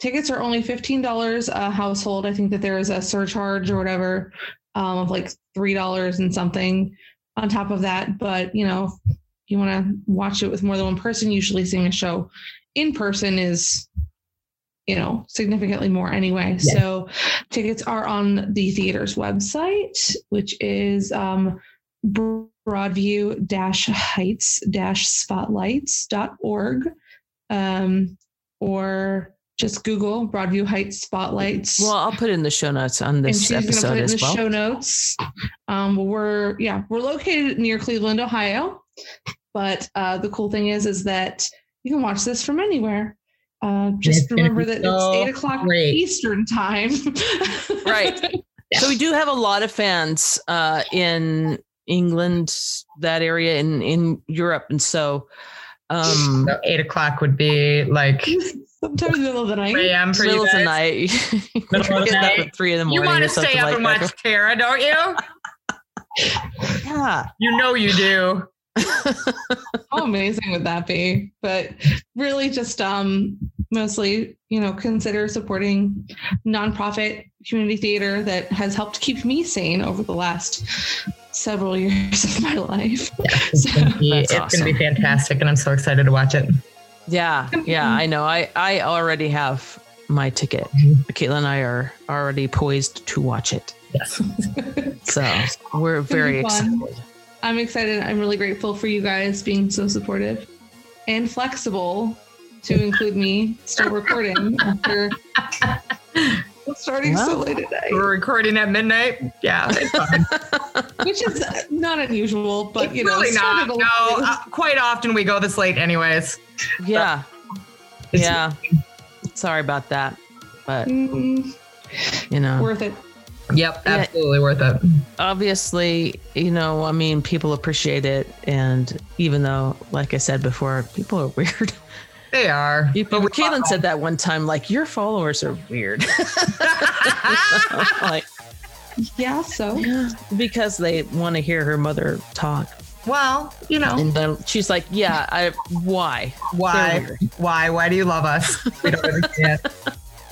C: tickets are only $15 a household. I think that there is a surcharge or whatever um, of like $3 and something on top of that. But, you know, if you want to watch it with more than one person, usually seeing a show in person is you know significantly more anyway
B: Yes.
C: so tickets are on the theater's website which is um broadview dash heights dash spotlights.org um or just google broadview heights spotlights
A: Well, I'll put it in the show notes on
C: and
A: this
C: she's going to
A: episode
C: put it in the
A: as well.
C: show notes. Um, but we're yeah, we're located near Cleveland, Ohio. But uh, the cool thing is, is that you can watch this from anywhere. Uh,
B: it's
C: just
B: gonna
C: remember
B: be
C: that
B: so
C: it's eight o'clock
B: great.
C: Eastern time.
A: Right. So we do have a lot of fans uh, in England, that area, in in Europe, and so um,
B: So eight o'clock would be like
C: Sometime in the middle of the
B: three
C: night.
B: a.m. for
A: middle
B: you
A: of the
B: guys.
A: night,
B: of the
A: getting up
B: night.
A: at three in the
B: You
A: morning
B: want
A: or
B: to
A: something
B: stay up
A: like
B: and
A: that.
B: watch Tara, don't you?
A: Yeah,
B: You know you do.
C: How amazing would that be? But really, just um, mostly, you know, consider supporting nonprofit community theater that has helped keep me sane over the last several years of my life.
B: It's gonna be,
A: That's
B: it's gonna be fantastic, and I'm so excited to watch it.
A: yeah, yeah. I know. I I already have my ticket.
B: Mhm.
A: Caitlin and I are already poised to watch it,
B: Yes.
A: so we're very
C: be fun.
A: excited.
C: I'm excited. I'm really grateful for you guys being so supportive and flexible to include me still recording after starting so
A: Well.
C: late at night,
B: We're recording at midnight. Yeah. It's fine.
C: which is not unusual, but
B: It's
C: you know,
B: really
C: sort
B: not.
C: of a
B: No,
C: little bit.
B: uh, quite often we go this late, anyways.
A: Yeah,
B: It's-
A: yeah. Sorry about that,
B: uh,
A: but
C: Mm,
A: you know.
C: worth it.
B: Yep.
A: Yeah.
B: Absolutely worth it.
A: obviously, you know, I mean, people appreciate it. And even though, like I said before, people are weird.
B: They are.
A: People,
B: But we
A: Caitlin said that one time, like, your followers are weird. like,
C: Yeah, so
A: because they want to hear her mother talk.
B: well, you know,
A: And then she's like, yeah, I, why? They're
B: why?
A: weird.
B: Why? Why do you love us? We don't understand.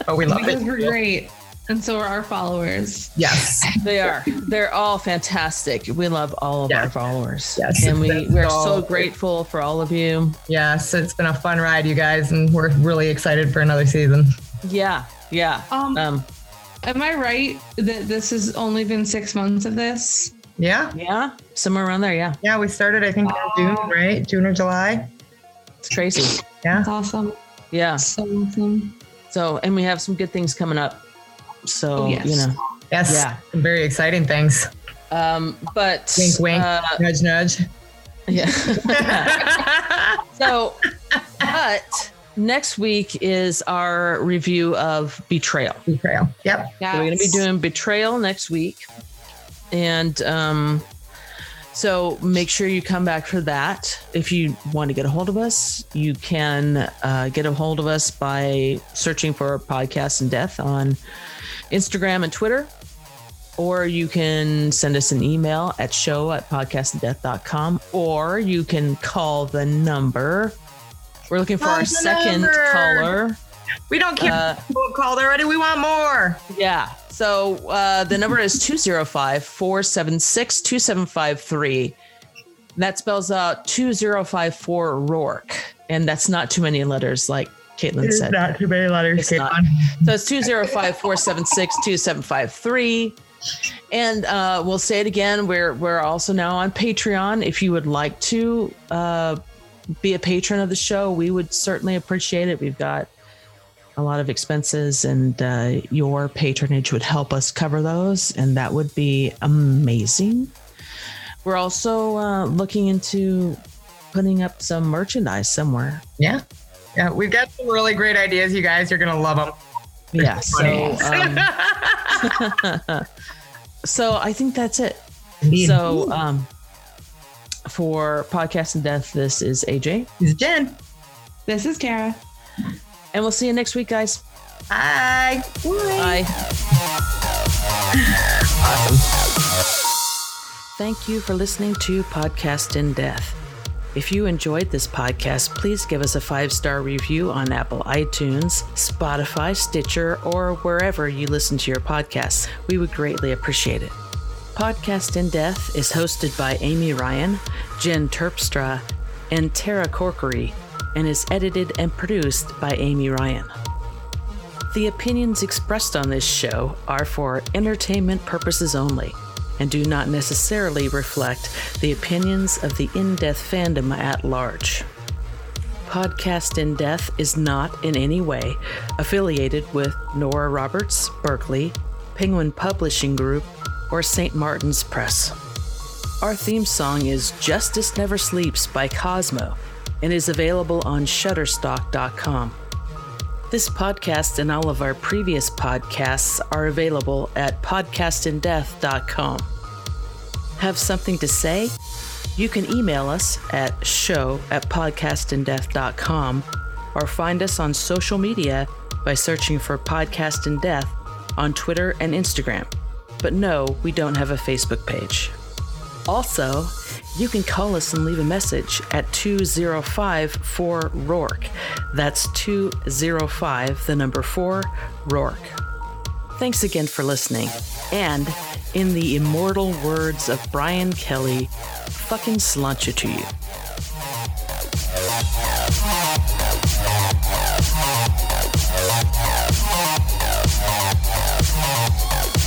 B: But we love
C: because
B: it.
C: we're great, and so are our followers.
B: Yes.
A: They are. They're all fantastic. We love all of
B: Yeah.
A: our followers.
B: Yes.
A: And we,
B: That's
A: we're
B: all.
A: so grateful for all of you.
B: Yes. It's been a fun ride, you guys, and we're really excited for another season.
A: Yeah. Yeah.
C: Um,
A: Um,
C: am I right that this has only been six months of this?
B: Yeah.
A: yeah. Somewhere around there. Yeah.
B: Yeah. We started, I think, in June, right? June or July.
A: It's crazy.
B: Yeah.
C: That's awesome.
A: Yeah.
C: So awesome.
A: So, and we have some good things coming up. So,
C: Oh, yes.
A: you know,
B: Yes.
A: yeah.
B: Some very exciting things.
A: Um, but
B: Wink, wink.
A: uh,
B: Nudge, nudge.
A: yeah. so, but next week is our review of Betrayal.
B: Betrayal. Yep.
C: Yeah,
A: So we're going to be doing Betrayal next week. And um, so make sure you come back for that. If you want to get a hold of us, you can uh, get a hold of us by searching for Podcast and Death on Instagram and Twitter. Or you can send us an email at show at podcastanddeath.com, or you can call the number. We're looking for
B: Call
A: our
B: the
A: second
B: number.
A: caller.
B: We don't care.
A: Uh,
B: people called already. We want more.
A: yeah. So uh, the number is 205 476 2753. That spells out 2054 Rourke. And that's not too many letters, like Caitlin
B: There's
A: said.
B: not too many
A: It's
B: letters.
A: not.
B: Caitlin.
A: So it's 205 476 2753. And uh, we'll say it again. We're we're also now on Patreon. If you would like to uh, be a patron of the show, we would certainly appreciate it. We've got a lot of expenses, and uh, your patronage would help us cover those, and that would be amazing. We're also uh, looking into putting up some merchandise somewhere.
B: Yeah, we've got some really great ideas, you guys. You're gonna love them.
A: Yeah. So. Um, so I think that's it. So um, for Podcast and Death, this is AJ,
B: it's Jen.
C: This is Tara.
A: and we'll see you next week, guys.
B: Bye.
A: Bye.
B: Awesome.
A: Thank you for listening to Podcast in Death. If you enjoyed this podcast, please give us a five star review on Apple iTunes, Spotify, Stitcher, or wherever you listen to your podcasts. We would greatly appreciate it. Podcast in Death is hosted by Amy Ryan, Jen Terpstra, and Tara Corkery, and is edited and produced by Amy Ryan. The opinions expressed on this show are for entertainment purposes only and do not necessarily reflect the opinions of the in death fandom at large. Podcast in Death is not in any way affiliated with Nora Roberts, Berkeley, Penguin Publishing Group, or St. Martin's Press. Our theme song is Justice Never Sleeps by Cosmo and is available on Shutterstock.com. This podcast and all of our previous podcasts are available at podcastindeath.com. Have something to say? You can email us at show at podcastindeath.com or find us on social media by searching for Podcast in Death on Twitter and Instagram. But no, we don't have a Facebook page. Also, you can call us and leave a message at 205 4 Rourke. That's 205, the number 4 Rourke. Thanks again for listening. And in the immortal words of Brian Kelly, fucking slancha to you.
D: Thank you.